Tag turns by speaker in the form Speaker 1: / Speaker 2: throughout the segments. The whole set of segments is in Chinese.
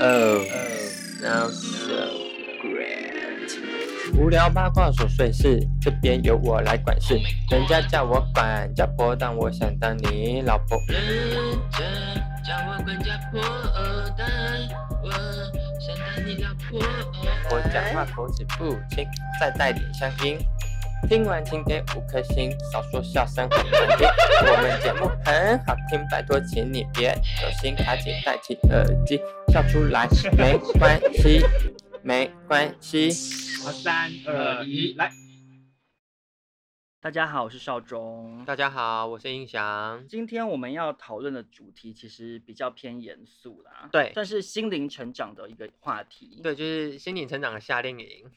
Speaker 1: Oh, now so grand。无聊八卦琐碎事，这边由我来管事。人家叫我管家婆，但我想当你老婆。
Speaker 2: 人家叫我管家婆，但我想当你老婆。
Speaker 1: 我讲话口齿不清，再带点乡音。听完请给五颗星，少说笑声很难听。我们节目很好听，拜托请你别走心，卡紧戴起耳机，笑出来没关系，没关系。
Speaker 3: 好，三二一，来！大家好，我是邵忠。
Speaker 1: 大家好，我是音翔。
Speaker 3: 今天我们要讨论的主题其实比较偏严肃啦，
Speaker 1: 对
Speaker 3: 算是心灵成长的一个话题。，
Speaker 1: 对，就是心灵成长的夏令营。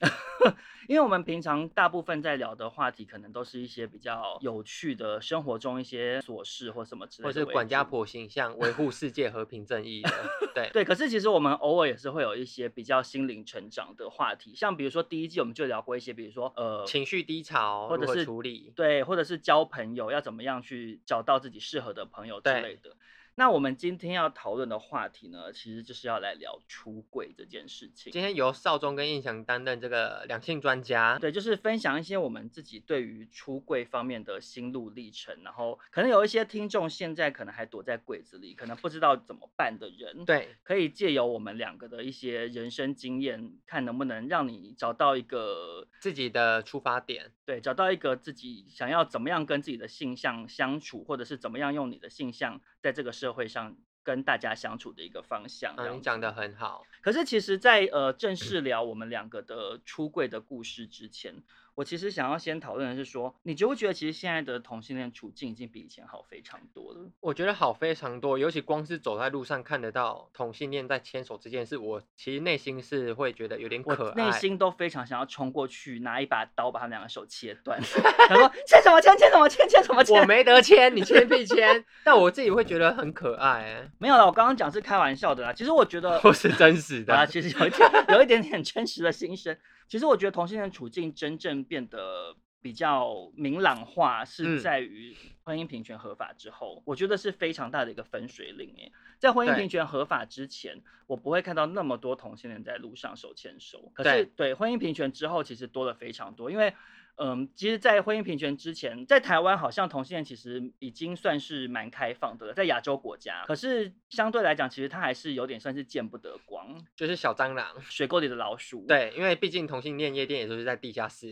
Speaker 3: 因为我们平常大部分在聊的话题，可能都是一些比较有趣的生活中一些琐事或什么之类
Speaker 1: 或
Speaker 3: 的，
Speaker 1: 是管家。婆形象，维护世界和平正义的。对，
Speaker 3: 对，可是其实我们偶尔也是会有一些比较心灵成长的话题，像比如说第一季我们就聊过一些，比如说呃
Speaker 1: 情绪低潮
Speaker 3: 或者
Speaker 1: 如何
Speaker 3: 是
Speaker 1: 处理？
Speaker 3: 对，或者是交朋友要怎么样去找到自己适合的朋友之
Speaker 1: 对
Speaker 3: 类的。那我们今天要讨论的话题呢，其实就是要来聊出柜这件事情。
Speaker 1: 今天由少中跟印翔担任这个两性专家。
Speaker 3: 对，就是分享一些我们自己对于出柜方面的心路历程，然后可能有一些听众现在可能还躲在柜子里，可能不知道怎么办的人，，
Speaker 1: 对
Speaker 3: 可以借由我们两个的一些人生经验，看能不能让你找到一个
Speaker 1: 自己的出发点，
Speaker 3: 对，找到一个自己想要怎么样跟自己的性向相处，或者是怎么样用你的性向在这个社会上跟大家相处的一个方向。这
Speaker 1: 嗯，
Speaker 3: 样
Speaker 1: 你
Speaker 3: 子
Speaker 1: 讲的很好。
Speaker 3: 可是其实在，呃正式聊我们两个的出柜的故事之前，我其实想要先讨论的是说，你觉不觉得其实现在的同性恋处境已经比以前好非常多了？
Speaker 1: 我觉得好非常多，尤其光是走在路上看得到同性恋在牵手这件事，我其实内心是会觉得有点可
Speaker 3: 我
Speaker 1: 爱。
Speaker 3: 内心都非常想要冲过去拿一把刀把他们两个手切断， 然后牵什么牵牵什么牵牵什么牵，
Speaker 1: 我没得签，你签必签，但我自己会觉得很可爱、欸，
Speaker 3: 没有啦，我刚刚讲是开玩笑的啦。其实我觉得
Speaker 1: 都 是真实
Speaker 3: 啊，
Speaker 1: 的。
Speaker 3: 其实有一点有一点点真实的心声。其实我觉得同性恋处境真正变得比较明朗化，
Speaker 1: 嗯
Speaker 3: 是在于婚姻平权合法之后，我觉得是非常大的一个分水岭。诶，在婚姻
Speaker 1: 对
Speaker 3: 平权合法之前，我不会看到那么多同性恋在路上手牵手。可
Speaker 1: 对
Speaker 3: 是对婚姻平权之后，其实多了非常多，因为。嗯，其实，在婚姻平权之前，在台湾好像同性恋其实已经算是蛮开放的了，在亚洲国家。可是相对来讲，其实它还是有点算是见不得光。
Speaker 1: 就是小蟑螂。
Speaker 3: 水沟里的老鼠，，
Speaker 1: 对，因为毕竟同性恋夜店也就是在地下 室。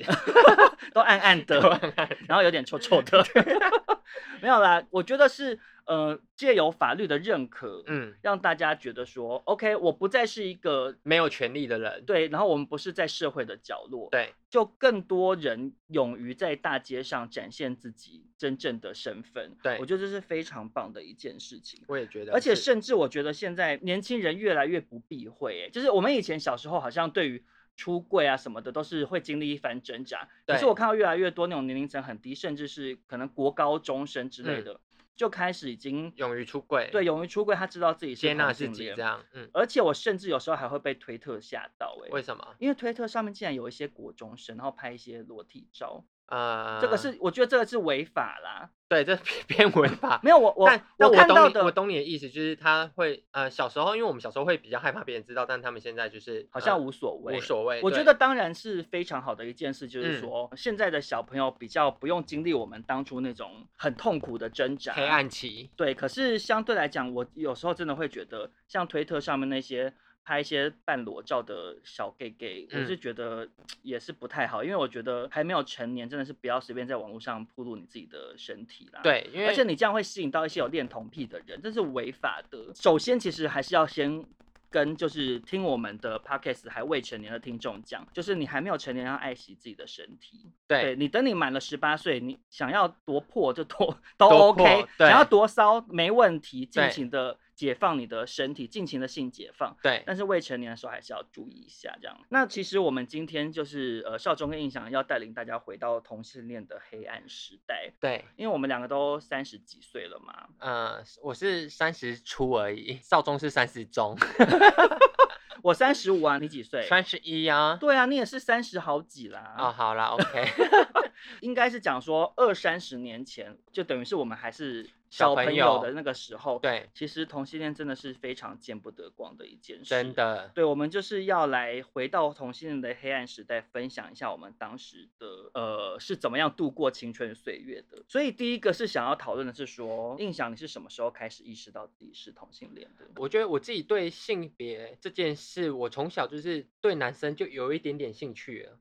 Speaker 3: 都暗暗 的，然后有点臭臭的，没有啦。我觉得是呃，借由法律的认可，
Speaker 1: 嗯，
Speaker 3: 让大家觉得说，OK，我不再是一个
Speaker 1: 没有权利的人。
Speaker 3: 对，然后我们不是在社会的角落，
Speaker 1: 对，
Speaker 3: 就更多人勇于在大街上展现自己真正的身份。
Speaker 1: 对
Speaker 3: 我觉得这是非常棒的一件事情。
Speaker 1: 我也觉得，
Speaker 3: 而且甚至我觉得现在年轻人越来越不避讳，哎，就是我们以前小时候好像对于出柜啊什么的都是会经历一番挣扎，可是
Speaker 1: 对
Speaker 3: 我看到越来越多那种年龄层很低，甚至是可能国高中生之类
Speaker 1: 嗯
Speaker 3: 的，就开始已经
Speaker 1: 勇于出柜，
Speaker 3: 对，勇于出柜，他知道自己是
Speaker 1: 接纳
Speaker 3: 同
Speaker 1: 自
Speaker 3: 性
Speaker 1: 己
Speaker 3: 恋
Speaker 1: 这。样。嗯，
Speaker 3: 而且我甚至有时候还会被推特吓到、欸，
Speaker 1: 为什么？
Speaker 3: 因为推特上面竟然有一些国中生，然后拍一些裸体照，
Speaker 1: 呃，
Speaker 3: 这个是我觉得这个是违法啦。
Speaker 1: 对，这 偏偏违法。
Speaker 3: 没有我我
Speaker 1: 但但
Speaker 3: 看到
Speaker 1: 懂你，
Speaker 3: 的
Speaker 1: 我懂你的意思，就是他会呃，小时候因为我们小时候会比较害怕别人知道，但他们现在就是
Speaker 3: 好像
Speaker 1: 呃
Speaker 3: 无所谓，
Speaker 1: 无所谓。
Speaker 3: 我觉
Speaker 1: 对
Speaker 3: 得当然是非常好的一件事，就
Speaker 1: 嗯
Speaker 3: 是说、现在的小朋友比较不用经历我们当初那种很痛苦的挣扎。
Speaker 1: 黑暗期，
Speaker 3: 对，可是相对来讲，我有时候真的会觉得，像推特上面那些拍一些半裸照的小 gay gay，、
Speaker 1: 嗯
Speaker 3: 我是觉得也是不太好，因为我觉得还没有成年，真的是不要随便在网络上铺露你自己的身体啦。。
Speaker 1: 对，因为
Speaker 3: 而且你这样会吸引到一些有恋童癖的人，这是违法的。首先，其实还是要先跟就是听我们的 podcast 还未成年的听众讲，就是你还没有成年，要爱惜自己的身体。
Speaker 1: 对
Speaker 3: 你等你满了十八岁，你想要多破就多都
Speaker 1: 多
Speaker 3: OK，
Speaker 1: 破对
Speaker 3: 想要多骚没问题，
Speaker 1: 对
Speaker 3: 尽情的解放你的身体，尽情的性解放。
Speaker 1: 对
Speaker 3: 但是未成年的时候还是要注意一下，这样。那其实我们今天就是呃，少中跟印象要带领大家回到同性恋的黑暗时代。
Speaker 1: 对，
Speaker 3: 因为我们两个都三十几岁了嘛，
Speaker 1: 呃，我是三十出而已，少中是三十中，
Speaker 3: 我三十五啊，你几岁？
Speaker 1: 三十一啊。
Speaker 3: 对啊，啊你也是三十好几啦。
Speaker 1: 哦，好啦，OK，
Speaker 3: 应该是讲说二三十年前，就等于是我们还是
Speaker 1: 小
Speaker 3: 朋
Speaker 1: 朋
Speaker 3: 友
Speaker 1: 友
Speaker 3: 的那个时候，
Speaker 1: 对，
Speaker 3: 其实同性恋真的是非常见不得光的一件事。
Speaker 1: 真的，
Speaker 3: 对，我们就是要来回到同性恋的黑暗时代，分享一下我们当时的呃是怎么样度过青春岁月的。所以第一个是想要讨论的是说，印象你是什么时候开始意识到自己是同性恋的？
Speaker 1: 我觉得我自己对性别这件事，我从小就是对男生就有一点点兴趣了，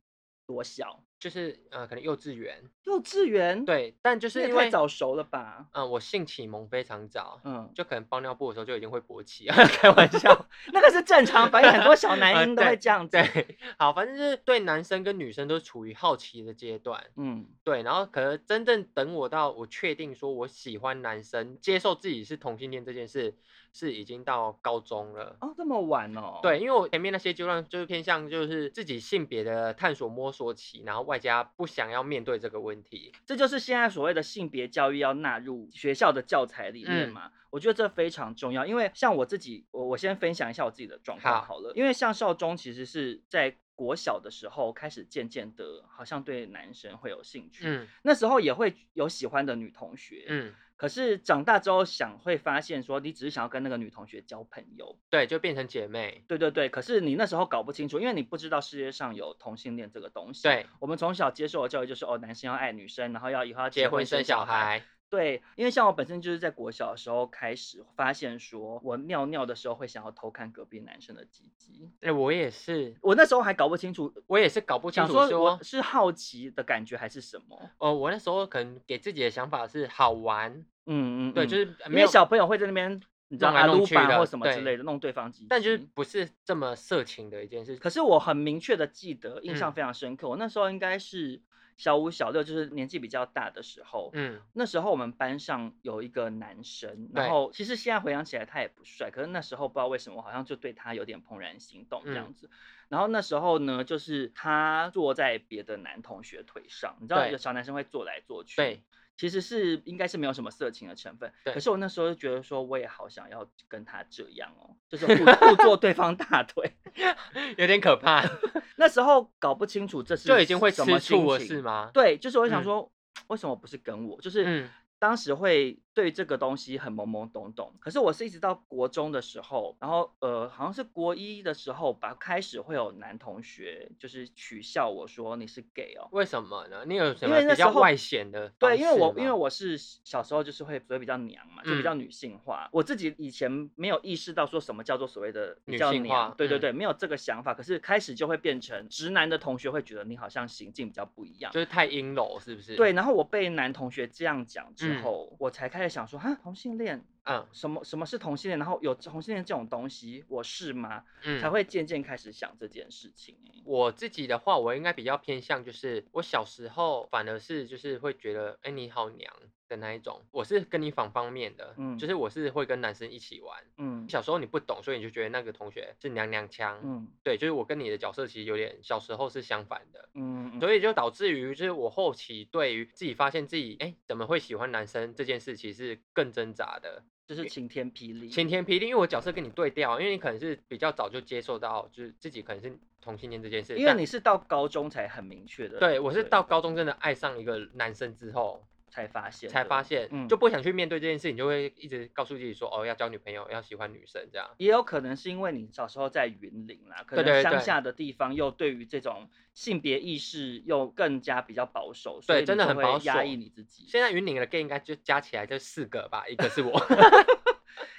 Speaker 3: 多小？
Speaker 1: 就是呃，可能幼稚园，
Speaker 3: 幼稚园？，
Speaker 1: 对，但就
Speaker 3: 这
Speaker 1: 是
Speaker 3: 也
Speaker 1: 因
Speaker 3: 太
Speaker 1: 为，
Speaker 3: 早熟了吧？
Speaker 1: 嗯，我性启蒙非常早，
Speaker 3: 嗯，
Speaker 1: 就可能包尿布的时候就已经会勃起，啊 开玩笑，
Speaker 3: 那个是正常反应，很多 小
Speaker 1: 呃
Speaker 3: 男婴都会这样子。
Speaker 1: 对，好，反正就是对男生跟女生都处于好奇的阶段，
Speaker 3: 嗯，
Speaker 1: 对，然后可能真正等我到我确定说我喜欢男生，接受自己是同性恋这件事，是已经到高中了。
Speaker 3: 哦，这么晚哦？，
Speaker 1: 对，因为我前面那些阶段就是偏向就是自己性别的探索摸索期，然后外加不想要面对这个问题。
Speaker 3: 这就是现在所谓的性别教育要纳入学校的教材里面
Speaker 1: 嗯
Speaker 3: 嘛。我觉得这非常重要，因为像我自己，我我先分享一下我自己的状况
Speaker 1: 好
Speaker 3: 好了。因为像少中其实是在国小的时候开始渐渐的，好像对男生会有兴趣，
Speaker 1: 嗯
Speaker 3: 那时候也会有喜欢的女同学，
Speaker 1: 嗯，
Speaker 3: 可是长大之后想会发现说，你只是想要跟那个女同学交朋友，
Speaker 1: 对，就变成姐妹。
Speaker 3: 对对对。可是你那时候搞不清楚，因为你不知道世界上有同性恋这个东西。，
Speaker 1: 对，
Speaker 3: 我们从小接受的教育就是哦，男生要爱女生，然后要以后要
Speaker 1: 结
Speaker 3: 婚
Speaker 1: 婚生
Speaker 3: 小
Speaker 1: 小。孩。
Speaker 3: 对，因为像我本身就是在国小的时候开始发现说，我尿尿的时候会想要偷看隔壁男生的鸡鸡。
Speaker 1: 哎、我也是，
Speaker 3: 我那时候还搞不清楚，
Speaker 1: 我也是搞不清
Speaker 3: 想
Speaker 1: 楚
Speaker 3: 说
Speaker 1: 说
Speaker 3: 我，是好奇的感觉还是什么？
Speaker 1: 哦，我那时候可能给自己的想法是好玩，
Speaker 3: 嗯嗯，
Speaker 1: 对，
Speaker 3: 嗯
Speaker 1: 就是
Speaker 3: 因
Speaker 1: 没
Speaker 3: 为
Speaker 1: 有，
Speaker 3: 小朋友会在那边，你知道
Speaker 1: 弄来
Speaker 3: 阿
Speaker 1: 弄
Speaker 3: 鲁
Speaker 1: 去
Speaker 3: 巴
Speaker 1: 的
Speaker 3: 或什么之
Speaker 1: 对
Speaker 3: 类的弄对方鸡鸡，
Speaker 1: 但就是不是这么色情的一件事。
Speaker 3: 可是我很明确的记得，印象
Speaker 1: 嗯
Speaker 3: 非常深刻。我那时候应该是小五、小六，就是年纪比较大的时候。
Speaker 1: 嗯，
Speaker 3: 那时候我们班上有一个男生，然
Speaker 1: 对
Speaker 3: 后其实现在回想起来他也不帅，可是那时候不知道为什么，我好像就对他有点怦然心动这
Speaker 1: 嗯
Speaker 3: 样子。然后那时候呢，就是他坐在别的男同学腿上，你知道
Speaker 1: 对
Speaker 3: 有小男生会坐来坐去，
Speaker 1: 对，
Speaker 3: 其实是应该是没有什么色情的成分。
Speaker 1: 对
Speaker 3: 可是我那时候就觉得说，我也好想要跟他这样哦，就是互互坐对方大腿。
Speaker 1: 有点可怕，
Speaker 3: 那时候搞不清楚这是
Speaker 1: 就已经会吃
Speaker 3: 什么心
Speaker 1: 醋了
Speaker 3: 情
Speaker 1: 是吗？
Speaker 3: 对，就是我想
Speaker 1: 嗯
Speaker 3: 说，为什么不是跟我？就是
Speaker 1: 嗯
Speaker 3: 当时会对这个东西很懵懵懂懂。可是我是一直到国中的时候，然后呃，好像是国一的时候吧，开始会有男同学就是取笑我说你是 gay 哦。
Speaker 1: 为什么呢？你有什
Speaker 3: 因
Speaker 1: 么
Speaker 3: 为那
Speaker 1: 比
Speaker 3: 时
Speaker 1: 较
Speaker 3: 候
Speaker 1: 外显的方
Speaker 3: 对，
Speaker 1: 式吗？
Speaker 3: 因为我因为我是小时候就是会所谓比较娘嘛，就比
Speaker 1: 嗯
Speaker 3: 较女性化。我自己以前没有意识到说什么叫做所谓的比
Speaker 1: 女
Speaker 3: 较
Speaker 1: 性
Speaker 3: 娘
Speaker 1: 化
Speaker 3: 对对
Speaker 1: 嗯
Speaker 3: 对，没有这个想法。可是开始就会变成直男的同学会觉得你好像行径比较不一样。
Speaker 1: 就是太阴柔，是不是？
Speaker 3: 对，，然后我被男同学这样讲之
Speaker 1: 嗯
Speaker 3: 后，我才开始想说，哈，同性恋
Speaker 1: 嗯
Speaker 3: 什么什么是同性恋？然后有同性恋这种东西，我是吗？
Speaker 1: 嗯，
Speaker 3: 才会渐渐开始想这件事情、欸。
Speaker 1: 我自己的话，我应该比较偏向就是我小时候反而是就是会觉得，哎、你好娘的那一种。我是跟你反方面的，
Speaker 3: 嗯
Speaker 1: 就是我是会跟男生一起玩。
Speaker 3: 嗯
Speaker 1: 小时候你不懂，所以你就觉得那个同学是娘娘腔。
Speaker 3: 嗯
Speaker 1: 对，就是我跟你的角色其实有点小时候是相反的，
Speaker 3: 嗯，嗯
Speaker 1: 所以就导致于就是我后期对于自己发现自己哎、诶怎么会喜欢男生这件事，其实是更挣扎的。
Speaker 3: 就是晴天霹雳。
Speaker 1: 晴天霹雳，因为我角色跟你对调，因为你可能是比较早就接受到，就是自己可能是同性恋这件事，
Speaker 3: 因为
Speaker 1: 但
Speaker 3: 你是到高中才很明确的，
Speaker 1: 对，我是到高中真的爱上一个男生之后，
Speaker 3: 才发现的，
Speaker 1: 才发现、
Speaker 3: 嗯
Speaker 1: 就不想去面对这件事，你就会一直告诉自己说，哦，要交女朋友，要喜欢女生这样。
Speaker 3: 也有可能是因为你小时候在云林啦，可
Speaker 1: 对对
Speaker 3: 能乡
Speaker 1: 对
Speaker 3: 下的地方又对于这种性别意识又更加比较保守，所
Speaker 1: 对
Speaker 3: 以你
Speaker 1: 真的
Speaker 3: 就
Speaker 1: 很
Speaker 3: 会
Speaker 1: 保
Speaker 3: 压
Speaker 1: 守
Speaker 3: 抑你自己。
Speaker 1: 现在云岭的 gay 应该就加起来就四个吧，一个是 我，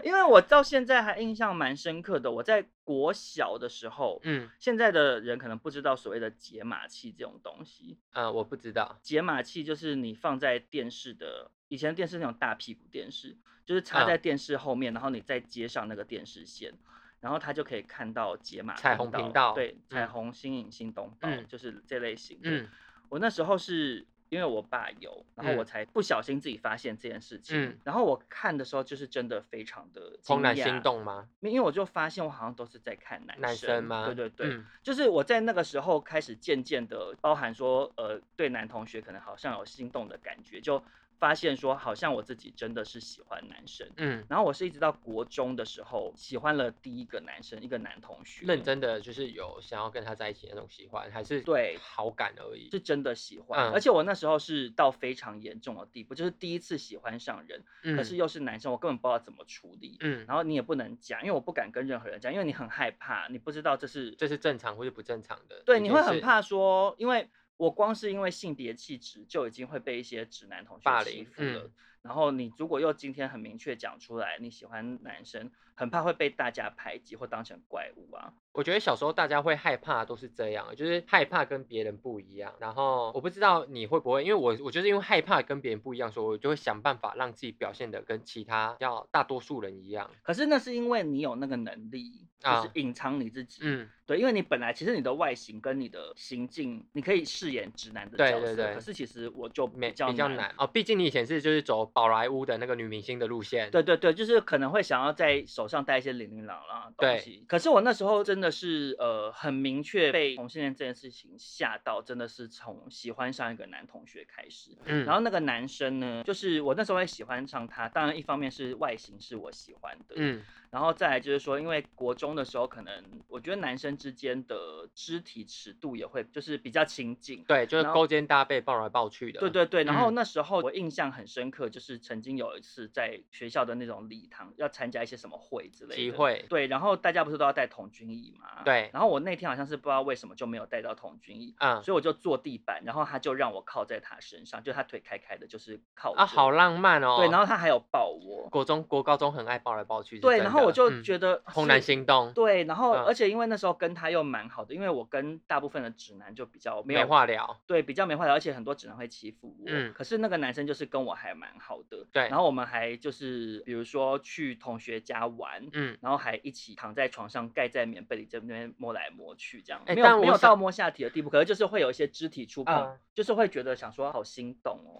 Speaker 3: 因为我到现在还印象蛮深刻的，我在国小的时候，
Speaker 1: 嗯
Speaker 3: 现在的人可能不知道所谓的解码器这种东西。
Speaker 1: 呃，我不知 道，
Speaker 3: 解码器就是你放在电视的，以前电视那种大屁股电视，就是插
Speaker 1: 嗯
Speaker 3: 在电视后面，然后你再接上那个电视线，然后它就可以看到解码
Speaker 1: 彩虹频道
Speaker 3: 对，彩
Speaker 1: 嗯
Speaker 3: 虹、新影、新东宝，
Speaker 1: 嗯
Speaker 3: 就是这类型的。
Speaker 1: 嗯
Speaker 3: 我那时候是因为我爸有，然后我
Speaker 1: 嗯
Speaker 3: 才不小心自己发现这件事情。
Speaker 1: 嗯
Speaker 3: 然后我看的时候，就是真的非常的
Speaker 1: 怦然
Speaker 3: 惊讶
Speaker 1: 心，动吗？
Speaker 3: 因为我就发现我好像都是在看男
Speaker 1: 男生吗？
Speaker 3: 对对对，
Speaker 1: 嗯
Speaker 3: 就是我在那个时候开始渐渐的包含说，呃，对男同学可能好像有心动的感觉，就发现说，好像我自己真的是喜欢男生。
Speaker 1: 嗯，
Speaker 3: 然后我是一直到国中的时候喜欢了第一个男生，一个男同学，
Speaker 1: 认真的就是有想要跟他在一起那种喜欢，还是
Speaker 3: 对
Speaker 1: 好感而已。
Speaker 3: 是真的喜欢，
Speaker 1: 嗯
Speaker 3: 而且我那时候是到非常严重的地步，就是第一次喜欢上人，
Speaker 1: 嗯
Speaker 3: 可是又是男生，我根本不知道怎么处理。
Speaker 1: 嗯，
Speaker 3: 然后你也不能讲，因为我不敢跟任何人讲，因为你很害怕，你不知道这是
Speaker 1: 这是正常或是不正常的？
Speaker 3: 对，你会很。怕说，因为我光是因为性别气质就已经会被一些直男同
Speaker 1: 霸
Speaker 3: 学
Speaker 1: 凌
Speaker 3: 欺负了。
Speaker 1: 嗯
Speaker 3: 然后你如果又今天很明确讲出来你喜欢男生，很怕会被大家排挤或当成怪物啊。
Speaker 1: 我觉得小时候大家会害怕都是这样，就是害怕跟别人不一样。然后我不知道你会不会，因为我我就是因为害怕跟别人不一样，所以我就会想办法让自己表现的跟其他要大多数人一样。
Speaker 3: 可是那是因为你有那个能力，就
Speaker 1: 啊
Speaker 3: 是隐藏你自己。
Speaker 1: 嗯，
Speaker 3: 对，因为你本来其实你的外形跟你的行径，你可以饰演直男的
Speaker 1: 对
Speaker 3: 角
Speaker 1: 对
Speaker 3: 色，
Speaker 1: 对
Speaker 3: 可是其实我就
Speaker 1: 没
Speaker 3: 比
Speaker 1: 比较
Speaker 3: 较
Speaker 1: 难哦，毕竟你以前是就是走宝莱坞的那个女明星的路线。
Speaker 3: 对对对，就是可能会想要在手上戴一些零零琅琅的
Speaker 1: 对
Speaker 3: 东西。可是我那时候真的是呃很明确被同性恋这件事情吓到，真的是从喜欢上一个男同学开始。
Speaker 1: 嗯，
Speaker 3: 然后那个男生呢，就是我那时候会喜欢上他，当然一方面是外形是我喜欢的，
Speaker 1: 嗯
Speaker 3: 然后再来就是说，因为国中的时候，可能我觉得男生之间的肢体尺度也会就是比较亲近，
Speaker 1: 对，就是
Speaker 3: 然后
Speaker 1: 勾肩搭背抱来抱去的。
Speaker 3: 对对对，然后
Speaker 1: 嗯
Speaker 3: 那时候我印象很深刻，就是曾经有一次在学校的那种礼堂要参加一些什么会之类的
Speaker 1: 机。会。
Speaker 3: 对，然后大家不是都要带童军椅嘛？
Speaker 1: 对
Speaker 3: 然后我那天好像是不知道为什么就没有带到童军椅，
Speaker 1: 嗯
Speaker 3: 所以我就坐地板，然后他就让我靠在他身上，就他腿开开的，就是靠
Speaker 1: 啊，
Speaker 3: 着
Speaker 1: 好浪漫哦。
Speaker 3: 对，然后他还有抱我。
Speaker 1: 国中国高中很爱抱来抱去是真的。嗯
Speaker 3: 对，然后我就觉
Speaker 1: 得
Speaker 3: 得
Speaker 1: 怦然
Speaker 3: 是
Speaker 1: 心动，
Speaker 3: 对，然后、
Speaker 1: 嗯
Speaker 3: 而且因为那时候跟他又蛮好的，因为我跟大部分的直男就比较没有
Speaker 1: 没话聊。
Speaker 3: 对，比较没话聊，而且很多直男会欺负我。
Speaker 1: 嗯
Speaker 3: 可是那个男生就是跟我还蛮好的，
Speaker 1: 对
Speaker 3: 然后我们还就是比如说去同学家玩。
Speaker 1: 嗯，
Speaker 3: 然后还一起躺在床上，盖在棉被里，这边摸来摸去，这样、
Speaker 1: 哎
Speaker 3: 没
Speaker 1: 但
Speaker 3: 有没
Speaker 1: 我
Speaker 3: 有
Speaker 1: 想
Speaker 3: 到摸下体的地步，可是就是会有一些肢体触碰，
Speaker 1: 嗯
Speaker 3: 就是会觉得想说好心动 哦。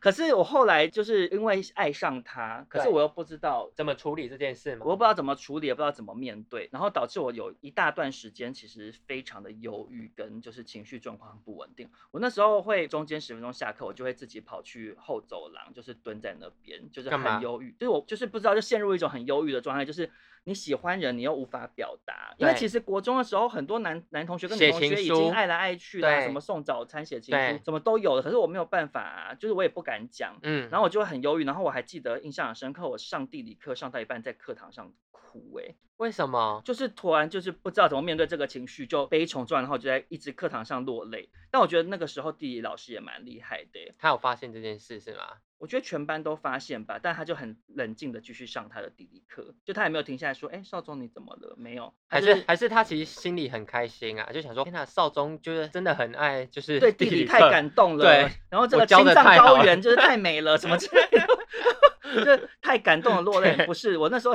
Speaker 3: 可是我后来就是因为爱上他，可是
Speaker 1: 对
Speaker 3: 我又不知道
Speaker 1: 怎么处理这件事嘛？
Speaker 3: 我又不知道怎么处理，也不知道怎么面对，然后导致我有一大段时间其实非常的忧郁，跟就是情绪状况很不稳定。我那时候会中间十分钟下课，我就会自己跑去后走廊，就是蹲在那边，就是
Speaker 1: 干嘛
Speaker 3: 很忧郁，就是我就是不知道，就陷入一种很忧郁的状态，就是你喜欢人，你又无法表达，因为
Speaker 1: 对
Speaker 3: 其实国中的时候，很多男男同学跟
Speaker 1: 写
Speaker 3: 女同学
Speaker 1: 情
Speaker 3: 已
Speaker 1: 书
Speaker 3: 经爱来爱去啦，
Speaker 1: 对
Speaker 3: 什么送早餐、写情
Speaker 1: 对
Speaker 3: 书，什么都有了，可是我没有办法、啊就是我也不敢讲，
Speaker 1: 嗯，
Speaker 3: 然后我就很忧郁，然后我还记得印象很深刻，我上地理课上到一半在课堂上哭、欸，
Speaker 1: 为什么？
Speaker 3: 就是突然就是不知道怎么面对这个情绪，就悲从中，然后就在一直课堂上落泪。但我觉得那个时候地理老师也蛮厉害的欸、
Speaker 1: 他有发现这件事是吗？
Speaker 3: 我觉得全班都发现吧，但他就很冷静的继续上他的地理课，就他也没有停下来说，哎、少宗你怎么了？没有，
Speaker 1: 还
Speaker 3: 就是
Speaker 1: 还是他其实心里很开心啊，就想说，天哪，少宗就是真的很爱， 就是
Speaker 3: 对
Speaker 1: 地
Speaker 3: 地理
Speaker 1: 理
Speaker 3: 太
Speaker 1: 课
Speaker 3: 感动了，
Speaker 1: 对
Speaker 3: 然后这
Speaker 1: 我
Speaker 3: 个
Speaker 1: 教
Speaker 3: 青
Speaker 1: 得
Speaker 3: 藏
Speaker 1: 太好
Speaker 3: 高
Speaker 1: 了
Speaker 3: 原就是太美了，什么之类的， 就是太感动了落泪。
Speaker 1: 对
Speaker 3: 不是我那时候，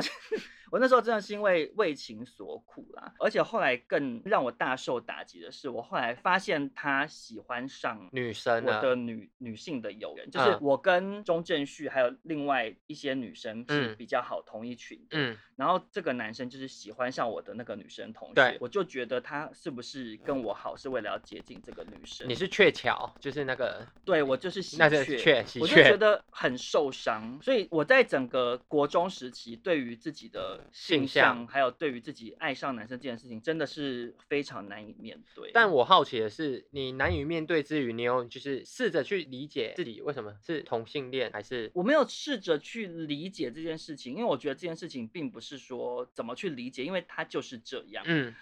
Speaker 3: 我那时候真的是因为为情所苦啦，而且后来更让我大受打击的是，我后来发现他喜欢上。
Speaker 1: 女生啊
Speaker 3: 我
Speaker 1: 呢，
Speaker 3: 的女女性的友人，就是
Speaker 1: 嗯
Speaker 3: 我跟钟正旭还有另外一些女生是
Speaker 1: 嗯
Speaker 3: 比较好同一群的，
Speaker 1: 嗯，
Speaker 3: 然后这个男生就是喜欢上我的那个女生同
Speaker 1: 对
Speaker 3: 学，我就觉得他是不是跟我好是为了要接近这个女生？
Speaker 1: 你是鹊桥，就是那个
Speaker 3: 对我就是喜
Speaker 1: 那是雀喜
Speaker 3: 我就
Speaker 1: 鹊
Speaker 3: 觉得很受伤，所以我在整个国中时期，对于自己的
Speaker 1: 性
Speaker 3: 性
Speaker 1: 向
Speaker 3: 向，还有对于自己爱上男生这件事情，真的是非常难以面对。
Speaker 1: 但我好奇的是，你难以面对之余，你有就是试着去理解自己为什么是同性恋，还是
Speaker 3: 我没有试着去理解这件事情，因为我觉得这件事情并不是说怎么去理解，因为它就是这样。
Speaker 1: 嗯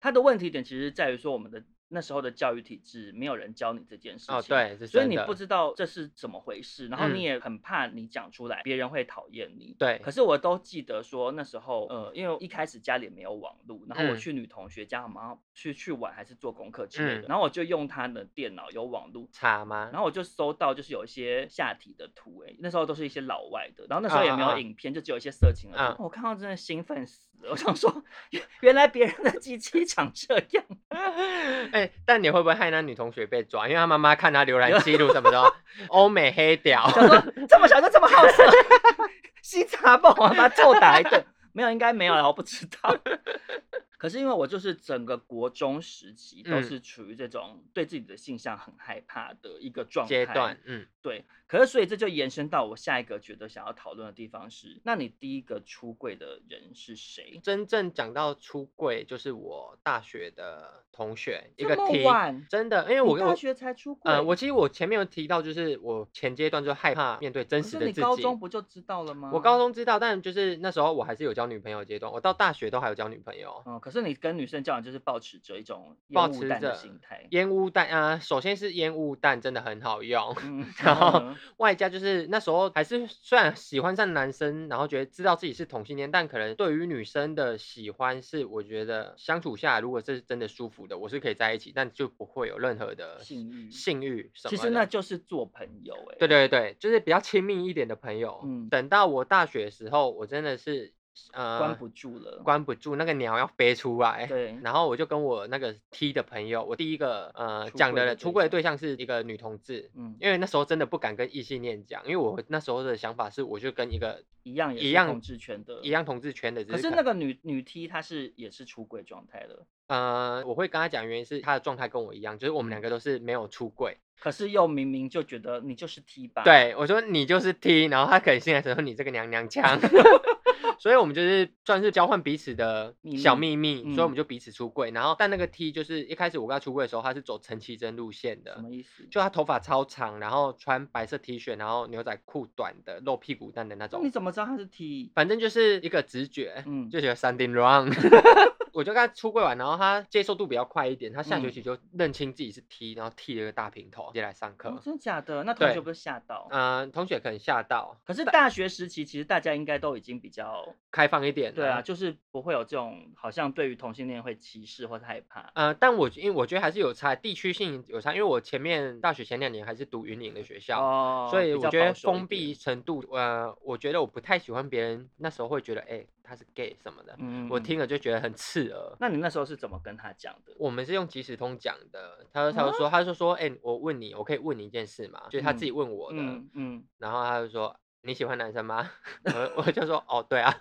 Speaker 3: 它的问题点其实在于说，我们的那时候的教育体制没有人教你这件事情。
Speaker 1: 哦对，这是
Speaker 3: 所以
Speaker 1: 真
Speaker 3: 你
Speaker 1: 的
Speaker 3: 不知道这是怎么回事，然后
Speaker 1: 嗯
Speaker 3: 你也很怕你讲出来，别人会讨厌你。
Speaker 1: 对
Speaker 3: 可是我都记得说那时候，呃，因为一开始家里没有网络，然后
Speaker 1: 嗯
Speaker 3: 我去女同学家，好像去去玩还是做功课之类的，
Speaker 1: 嗯
Speaker 3: 然后我就用她的电脑有网络。
Speaker 1: 查吗？
Speaker 3: 然后我就搜到，就是有一些下体的图、哎，那时候都是一些老外的，然后那时候也没
Speaker 1: 啊啊
Speaker 3: 有
Speaker 1: 啊
Speaker 3: 影片，就只有一些色情的图。
Speaker 1: 啊
Speaker 3: 我看到真的兴奋死了，我想说， 原原来别人的机器长这样。
Speaker 1: 哎、但你会不会害那女同学被抓？因为她妈妈看她浏览记录什么 的，哦欧美黑屌，
Speaker 3: 想说这么小就这么好色， 啊西茶不好，把他臭打一顿。没有，应该没有了，我不知道。 可是因为我就是整个国中时期都
Speaker 1: 嗯
Speaker 3: 是处于这种对自己的性向很害怕的一个状态
Speaker 1: 阶段，嗯，
Speaker 3: 对，可是所以这就延伸到我下一个觉得想要讨论的地方是，那你第一个出柜的人是谁？
Speaker 1: 真正讲到出柜，就是我大学的同学一
Speaker 3: 这
Speaker 1: 个
Speaker 3: 么
Speaker 1: T，
Speaker 3: 晚
Speaker 1: 真的，因为我
Speaker 3: 你
Speaker 1: 跟我
Speaker 3: 大学才出柜，
Speaker 1: 呃，我其实我前面有提到，就是我前阶段就害怕面对真
Speaker 3: 可
Speaker 1: 实
Speaker 3: 哦是
Speaker 1: 的
Speaker 3: 你
Speaker 1: 自己。
Speaker 3: 高中不就知道了吗？
Speaker 1: 我高，中知道，但就是那时候我还是有交女朋友的阶段，我到大学都还有交女朋友。
Speaker 3: 嗯，可是你跟女生交往就是保持着一种
Speaker 1: 抱
Speaker 3: 烟雾
Speaker 1: 持
Speaker 3: 弹的
Speaker 1: 着
Speaker 3: 心态，嗯
Speaker 1: 烟雾弹啊、首先是烟雾弹真的很好用，
Speaker 3: 嗯，
Speaker 1: 然后
Speaker 3: 呢
Speaker 1: 外加就是那时候还是虽然喜欢上男生，然后觉得知道自己是同性恋，但可能对于女生的喜欢是我觉得相处下来如果是真的舒服的，我是可以在一起，但就不会有任何的
Speaker 3: 性欲
Speaker 1: 性欲什么
Speaker 3: 其
Speaker 1: 的。
Speaker 3: 实那就是做朋友哎、
Speaker 1: 对对对，就是比较亲密一点的朋友。
Speaker 3: 嗯
Speaker 1: 等到我大学的时候，我真的是呃
Speaker 3: 关不住了，
Speaker 1: 关不住那个鸟要飞出来。
Speaker 3: 对
Speaker 1: 然后我就跟我那个 T 的朋友，我第一个呃
Speaker 3: 出
Speaker 1: 讲
Speaker 3: 柜的
Speaker 1: 的
Speaker 3: 对
Speaker 1: 出柜的
Speaker 3: 象
Speaker 1: 对象是一个女同志，
Speaker 3: 嗯，
Speaker 1: 因为那时候真的不敢跟异性恋讲，因为我那时候的想法是，我就跟一个
Speaker 3: 一样也
Speaker 1: 一
Speaker 3: 是
Speaker 1: 样
Speaker 3: 统治权的，
Speaker 1: 一样。同志圈的，只
Speaker 3: 可是
Speaker 1: 可
Speaker 3: 那个女女 T 她是也是出柜状态了，
Speaker 1: 呃，我会跟他讲原因是他的状态跟我一样，就是我们两个都是没有出柜。
Speaker 3: 可是又明明就觉得你就是 T 吧，，
Speaker 1: 对我说你就是 T，然后他可能进来的时候你这个娘娘腔， 所以我们就是算是交换彼此的
Speaker 3: 秘
Speaker 1: 小
Speaker 3: 密
Speaker 1: 秘密，所以我
Speaker 3: 嗯
Speaker 1: 们就彼此出柜。然后但那个 T 就是一开始我跟他出柜的时候，他是走陈绮贞路线的
Speaker 3: 什，么意思？
Speaker 1: 就他头发超长，然后穿白色 T 恤，然后牛仔裤短的，露屁股蛋的那
Speaker 3: 那你
Speaker 1: 种，
Speaker 3: 怎么知道她是 T？
Speaker 1: 反正就是一个直觉，
Speaker 3: 嗯
Speaker 1: 就觉得 something wrong 。 我就跟他出柜完，然后他接受度比较快一点，他下学
Speaker 3: 嗯
Speaker 1: 期就认清自己是 T，然后剃了个大平头，直接来上课
Speaker 3: 哦。真的假的？那同学
Speaker 1: 对
Speaker 3: 不是吓到？
Speaker 1: 嗯、同学可能吓到，
Speaker 3: 可是大学时期，其实大家应该都已经比较
Speaker 1: 开放一点。
Speaker 3: 对啊，，就是不会有这种好像对于同性恋会歧视或是害怕。
Speaker 1: 呃，但我因为我觉得还是有差，地区性有差，因为我前面大学前两年还是读云林的学校。
Speaker 3: 哦，
Speaker 1: 所以
Speaker 3: 比
Speaker 1: 我
Speaker 3: 较
Speaker 1: 觉得
Speaker 3: 保守一
Speaker 1: 封闭
Speaker 3: 点，
Speaker 1: 程度，呃，我觉得我不太喜欢别人那时候会觉得，哎、他是 gay 什么的，
Speaker 3: 嗯
Speaker 1: 我。听了就觉得很刺耳。
Speaker 3: 那你那时候是怎么跟他讲的？
Speaker 1: 我们是用即时通讲的，他就他就说，他就说，哎、我问你，我可以问你一件事吗？就是他自己问我的，
Speaker 3: 哦嗯嗯，
Speaker 1: 然后他就说你喜欢男生吗？ 我我就说，哦，对 啊。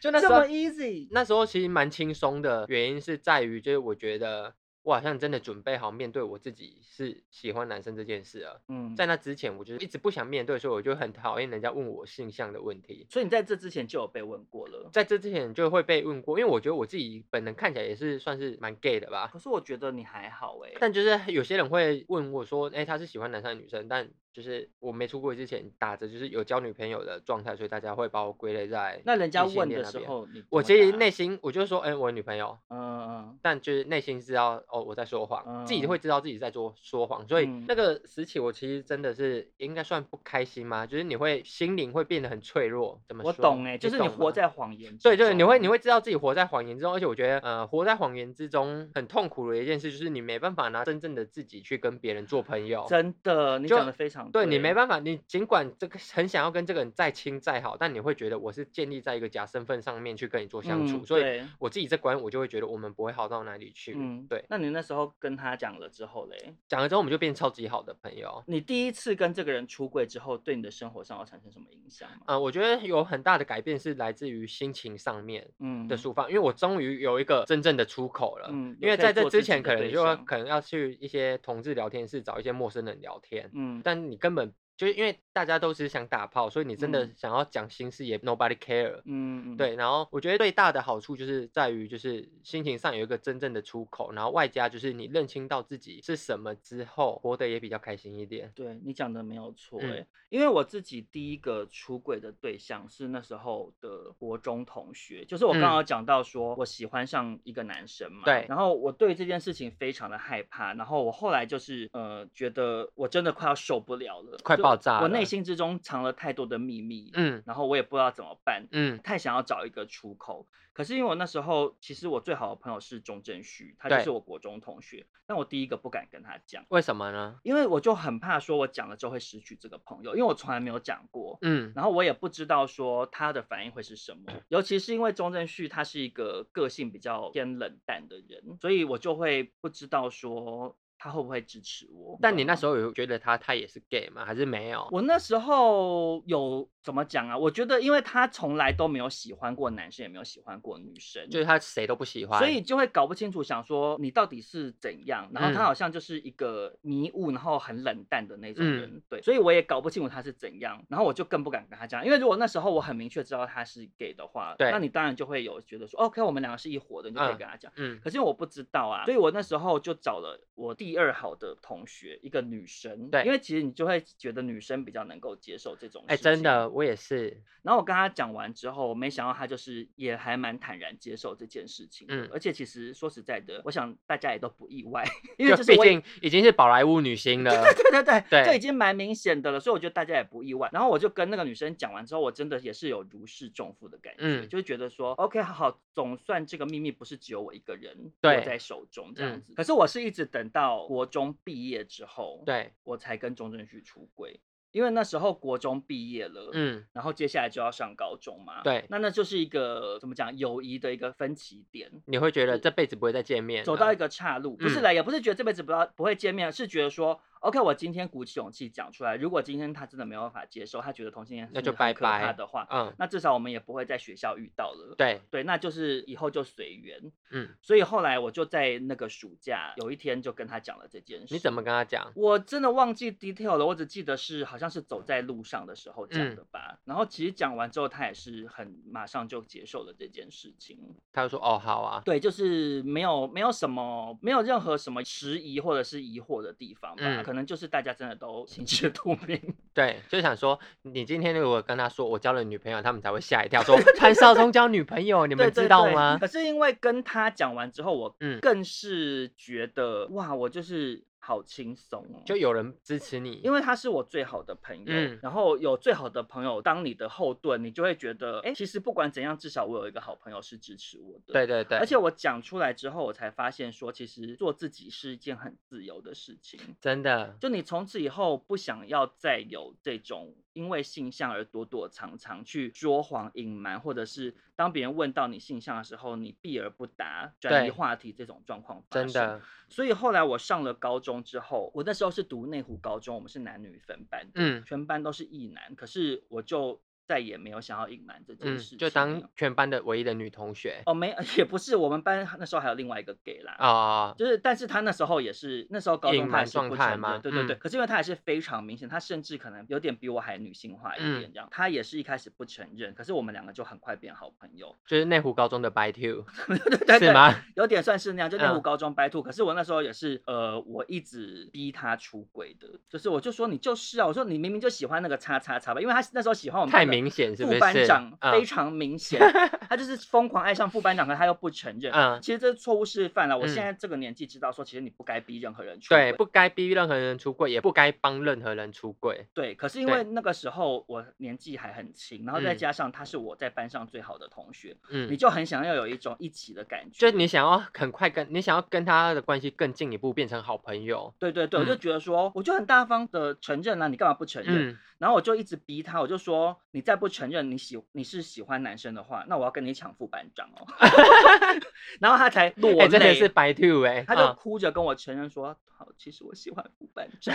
Speaker 1: 就那时
Speaker 3: 这
Speaker 1: 候
Speaker 3: 么 easy，
Speaker 1: 那时候其实蛮轻松的，原因是在于就是我觉得我好像真的准备好面对我自己是喜欢男生这件事了。
Speaker 3: 嗯，
Speaker 1: 在那之前，我就是一直不想面对，所以我就很讨厌人家问我性向的问题。
Speaker 3: 所以你在这之前就有被问过了。
Speaker 1: 在这之前就会被问过，因为我觉得我自己本人看起来也是算是蛮 gay 的吧，
Speaker 3: 可是我觉得你还好哎、
Speaker 1: 但就是有些人会问我说，哎、他是喜欢男生还是女生？但就是我没出柜之前，打着就是有交女朋友的状态，所以大家会把我归类在
Speaker 3: 那人家
Speaker 1: 异性
Speaker 3: 问
Speaker 1: 恋
Speaker 3: 的
Speaker 1: 那
Speaker 3: 时
Speaker 1: 边
Speaker 3: 候，你怎
Speaker 1: 我
Speaker 3: 么啊
Speaker 1: 其实
Speaker 3: 答
Speaker 1: 内心我就说，哎、我有女朋友，
Speaker 3: 嗯
Speaker 1: 但就是内心知道哦，我在说谎，自己
Speaker 3: 嗯
Speaker 1: 会知道自己在说说谎，所以
Speaker 3: 嗯
Speaker 1: 那个时期我其实真的是应该算不开心吗？就是你会心灵会变得很脆弱，怎么说？
Speaker 3: 我懂哎、就是你
Speaker 1: 懂
Speaker 3: 活
Speaker 1: 吗
Speaker 3: 在谎言之中。
Speaker 1: 对对，你会你会知道自己活在谎言之中，而且我觉得呃，活在谎言之中很痛苦的一件事，就是你没办法拿真正的自己去跟别人做朋友。
Speaker 3: 真的，你
Speaker 1: 就
Speaker 3: 讲的非常
Speaker 1: 对你没办法，你尽管这个很想要跟这个人再亲再好，但你会觉得我是建立在一个假身份上面去跟你做相处，
Speaker 3: 嗯
Speaker 1: 所以
Speaker 3: 对
Speaker 1: 我自己这关我就会觉得我们不会好到哪里去。
Speaker 3: 嗯，
Speaker 1: 对，
Speaker 3: 那你那时候跟他讲了之后嘞，
Speaker 1: 讲了之后我们就变超级好的朋友。
Speaker 3: 你第一次跟这个人出柜之后，对你的生活上有产生什么影响吗？
Speaker 1: 呃，我觉得有很大的改变是来自于心情上面
Speaker 3: 嗯
Speaker 1: 的，抒发，因为我终于有一个真正的出口了。
Speaker 3: 嗯，
Speaker 1: 因
Speaker 3: 有
Speaker 1: 为
Speaker 3: 可以
Speaker 1: 在这
Speaker 3: 做
Speaker 1: 之
Speaker 3: 自己
Speaker 1: 前，
Speaker 3: 的
Speaker 1: 可能
Speaker 3: 对
Speaker 1: 就要
Speaker 3: 象
Speaker 1: 可能要去一些同志聊天室找一些陌生人聊天，
Speaker 3: 嗯，
Speaker 1: 但你根本就是因为大家都只是想打炮，所以你真的
Speaker 3: 嗯
Speaker 1: 想要讲心事也 nobody care。
Speaker 3: 嗯，嗯，
Speaker 1: 对，然后我觉得最大的好处就是在于，就是心情上有一个真正的出口，然后外加就是你认清到自己是什么之后，活得也比较开心一点。
Speaker 3: 对你讲的没有错哎、
Speaker 1: 嗯
Speaker 3: 因为我自己第一个出轨的对象是那时候的国中同学，就是我刚
Speaker 1: 嗯
Speaker 3: 刚有讲到说我喜欢上一个男生嘛，
Speaker 1: 对
Speaker 3: 然后我对这件事情非常的害怕，然后我后来就是呃觉得我真的快要受不了了，
Speaker 1: 快
Speaker 3: 就
Speaker 1: 爆炸
Speaker 3: 我内
Speaker 1: 了
Speaker 3: 心之中藏了太多的秘密，
Speaker 1: 嗯
Speaker 3: 然后我也不知道怎么办，
Speaker 1: 嗯
Speaker 3: 太想要找一个出口。可是因为我那时候，其实我最好的朋友是钟正旭，他就
Speaker 1: 对
Speaker 3: 是我国中同学。但我第一个不敢跟他讲，
Speaker 1: 为什么呢？
Speaker 3: 因为我就很怕说我讲了之后会失去这个朋友，因为我从来没有讲过。
Speaker 1: 嗯，
Speaker 3: 然后我也不知道说他的反应会是什么，尤其是因为钟正旭他是一个个性比较偏冷淡的人，所以我就会不知道说他会不会支持我。
Speaker 1: 但你那时
Speaker 3: 候，
Speaker 1: 候有觉得他他也是 gay 吗？还是没有？
Speaker 3: 啊我那时候有怎么讲啊？我觉得，因为他从来都没有喜欢过男生，也没有喜欢过女生，
Speaker 1: 就是他谁都不喜欢，
Speaker 3: 所以就会搞不清楚，想说你到底是怎样。然后
Speaker 1: 嗯
Speaker 3: 他好像就是一个迷雾，然后很冷淡的那种
Speaker 1: 嗯
Speaker 3: 人，对，所以我也搞不清楚他是怎样。然后我就更不敢跟他讲，因为如果那时候我很明确知道他是 gay 的话，
Speaker 1: 对
Speaker 3: 那你当然就会有觉得说，OK，我们两个是一伙的，你就可以
Speaker 1: 嗯
Speaker 3: 跟他讲。
Speaker 1: 嗯
Speaker 3: 可是我不知道啊，所以我那时候就找了我第二好的同学，一个女生。
Speaker 1: 对
Speaker 3: 因为其实你就会觉得女生比较能够接受这种。
Speaker 1: 哎、真。的，我也是，
Speaker 3: 然后我跟她讲完之后，没想到她就是也还蛮坦然接受这件事情的。
Speaker 1: 嗯
Speaker 3: 而且其实说实在的，我想大家也都不意外， 因为
Speaker 1: 就
Speaker 3: 就是
Speaker 1: 毕
Speaker 3: 我也
Speaker 1: 竟已经是宝莱坞女 星了，
Speaker 3: 对对对
Speaker 1: 对
Speaker 3: 就已经蛮明显的了，所以我觉得大家也不意外。然后我就跟那个女生讲完之后，我真的也是有如释重负的感觉，
Speaker 1: 嗯
Speaker 3: 就是觉得说，OK，好好，总算这个秘密不是只有我一个人
Speaker 1: 对
Speaker 3: 握在手中这样
Speaker 1: 嗯
Speaker 3: 子。可是我是一直等到国中毕业之后，，
Speaker 1: 对，
Speaker 3: 我才跟钟正旭出轨，因为那时候国中毕业了，。
Speaker 1: 嗯，
Speaker 3: 然后接下来就要上高中嘛，
Speaker 1: 对
Speaker 3: 那那就是一个怎么讲友谊的一个分歧点，
Speaker 1: 你会觉得这辈子不会再见面了，
Speaker 3: 走到一个岔路，不是
Speaker 1: 嗯
Speaker 3: 啦，也不是觉得这辈子不要不会见面，是觉得说，OK，我今天鼓起勇气讲出来，如果今天他真的没有办法接受，他觉得同性恋
Speaker 1: 那
Speaker 3: 是
Speaker 1: 就
Speaker 3: 很
Speaker 1: 拜
Speaker 3: 可怕
Speaker 1: 拜
Speaker 3: 的话，
Speaker 1: 嗯，
Speaker 3: 那至少我们也不会在学校遇到了。
Speaker 1: 对，
Speaker 3: 对，那就是以后就随缘。
Speaker 1: 嗯，
Speaker 3: 所以后来我就在那个暑假有一天就跟他讲了这件事。
Speaker 1: 你怎么跟他讲？
Speaker 3: 我真的忘记 detail 了，我只记得是好像是走在路上的时候讲
Speaker 1: 嗯
Speaker 3: 的吧。然后其实讲完之后，他也是很马上就接受了这件事情。
Speaker 1: 他就说哦，好啊，
Speaker 3: 对，就是没有没有什么没有任何什么迟疑或者是疑惑的地方吧，
Speaker 1: 嗯
Speaker 3: 可能就是大家真的都心知肚明。
Speaker 1: 对，就想说你今天如果跟他说我交了女朋友，他们才会吓一跳， 说传少中交女朋友， 你
Speaker 3: 你
Speaker 1: 们知道 吗？
Speaker 3: 可是因为跟他讲完之后，我
Speaker 1: 嗯
Speaker 3: 更是觉得、哇，我就是好轻松哦，
Speaker 1: 就有人支持你，
Speaker 3: 因
Speaker 1: 为
Speaker 3: 为他是我最好的朋友，
Speaker 1: 嗯
Speaker 3: 然后有最好的朋友当你的后盾，你就会觉得，哎，其实不管怎样，至少我有一个好朋友是支持我的。
Speaker 1: 对对对，
Speaker 3: 而且我讲出来之后，我才发现说，其实做自己是一件很自由的事情。
Speaker 1: 真的，
Speaker 3: 就你从此以后不想要再有这种因为性向而躲躲藏藏、去说谎隐瞒，或者是当别人问到你性向的时候，你避而不答、转移
Speaker 1: 对
Speaker 3: 话题这种状况发
Speaker 1: 真
Speaker 3: 生。
Speaker 1: 的，
Speaker 3: 所以后来我上了高中之后，我那时候是读内湖高中，我们是男女分班的，
Speaker 1: 嗯
Speaker 3: 全班都是异男，可是我就再也没有想要隐瞒这件
Speaker 1: 嗯
Speaker 3: 事情了、，
Speaker 1: 就当全班的唯一的女同学
Speaker 3: 哦，没， 也不是，我们班那时候还有另外一个 gay 啦，
Speaker 1: 啊，
Speaker 3: 就是，但是他那时候也是那时候高中
Speaker 1: 隐
Speaker 3: 他也
Speaker 1: 瞒
Speaker 3: 是
Speaker 1: 状
Speaker 3: 不
Speaker 1: 态
Speaker 3: 承
Speaker 1: 吗
Speaker 3: 认对对对。
Speaker 1: 嗯
Speaker 3: 可是因为他也是非常明显，他甚至可能有点比我还女性化一点
Speaker 1: 嗯
Speaker 3: 这样。他也是一开始不承认，可是我们两个就很快变好朋友，
Speaker 1: 就是内湖高中的白 two
Speaker 3: 对对 对
Speaker 1: 是
Speaker 3: 对？
Speaker 1: 吗？
Speaker 3: 有点算是那样，就内湖
Speaker 1: 嗯
Speaker 3: 高中白兔。可是我那时候也是，呃，我一直逼他出轨的，就是我就说你就是啊，我说你明明就喜欢那个叉叉叉吧，因为他那时候喜欢我们
Speaker 1: 太
Speaker 3: 班的
Speaker 1: 明显是不
Speaker 3: 副
Speaker 1: 是？
Speaker 3: 班长
Speaker 1: 嗯
Speaker 3: 非常明显，他就是疯狂爱上副班长，可他又不承认。
Speaker 1: 嗯
Speaker 3: 其实这是错误示范了。我现
Speaker 1: 嗯
Speaker 3: 在这个年纪知道说，其实你不该逼任何人出
Speaker 1: 对，
Speaker 3: 轨
Speaker 1: 不该逼任何人出柜，也不该帮任何人出柜。
Speaker 3: 对，可是因
Speaker 1: 对
Speaker 3: 为那个时候我年纪还很轻，然后再
Speaker 1: 嗯
Speaker 3: 加上他是我在班上最好的同学，你
Speaker 1: 嗯，
Speaker 3: 就很想要有一种一起的感觉。
Speaker 1: 就你想要很快跟你想要跟他的关系更进一步，变成好朋友。
Speaker 3: 对对对，我就
Speaker 1: 嗯
Speaker 3: 觉得说，我就很大方的承认啊了、你干嘛不承认？
Speaker 1: 嗯，
Speaker 3: 然后我就一直逼他，我就说，你再不承认你喜你是喜欢男生的话，那我要跟你抢副班长哦。 然后他才落
Speaker 1: 哎，
Speaker 3: 泪，
Speaker 1: 真的是白 two 哎，
Speaker 3: 他就
Speaker 1: 嗯
Speaker 3: 哭着跟我承认说：“好，其实我喜欢副班 长。”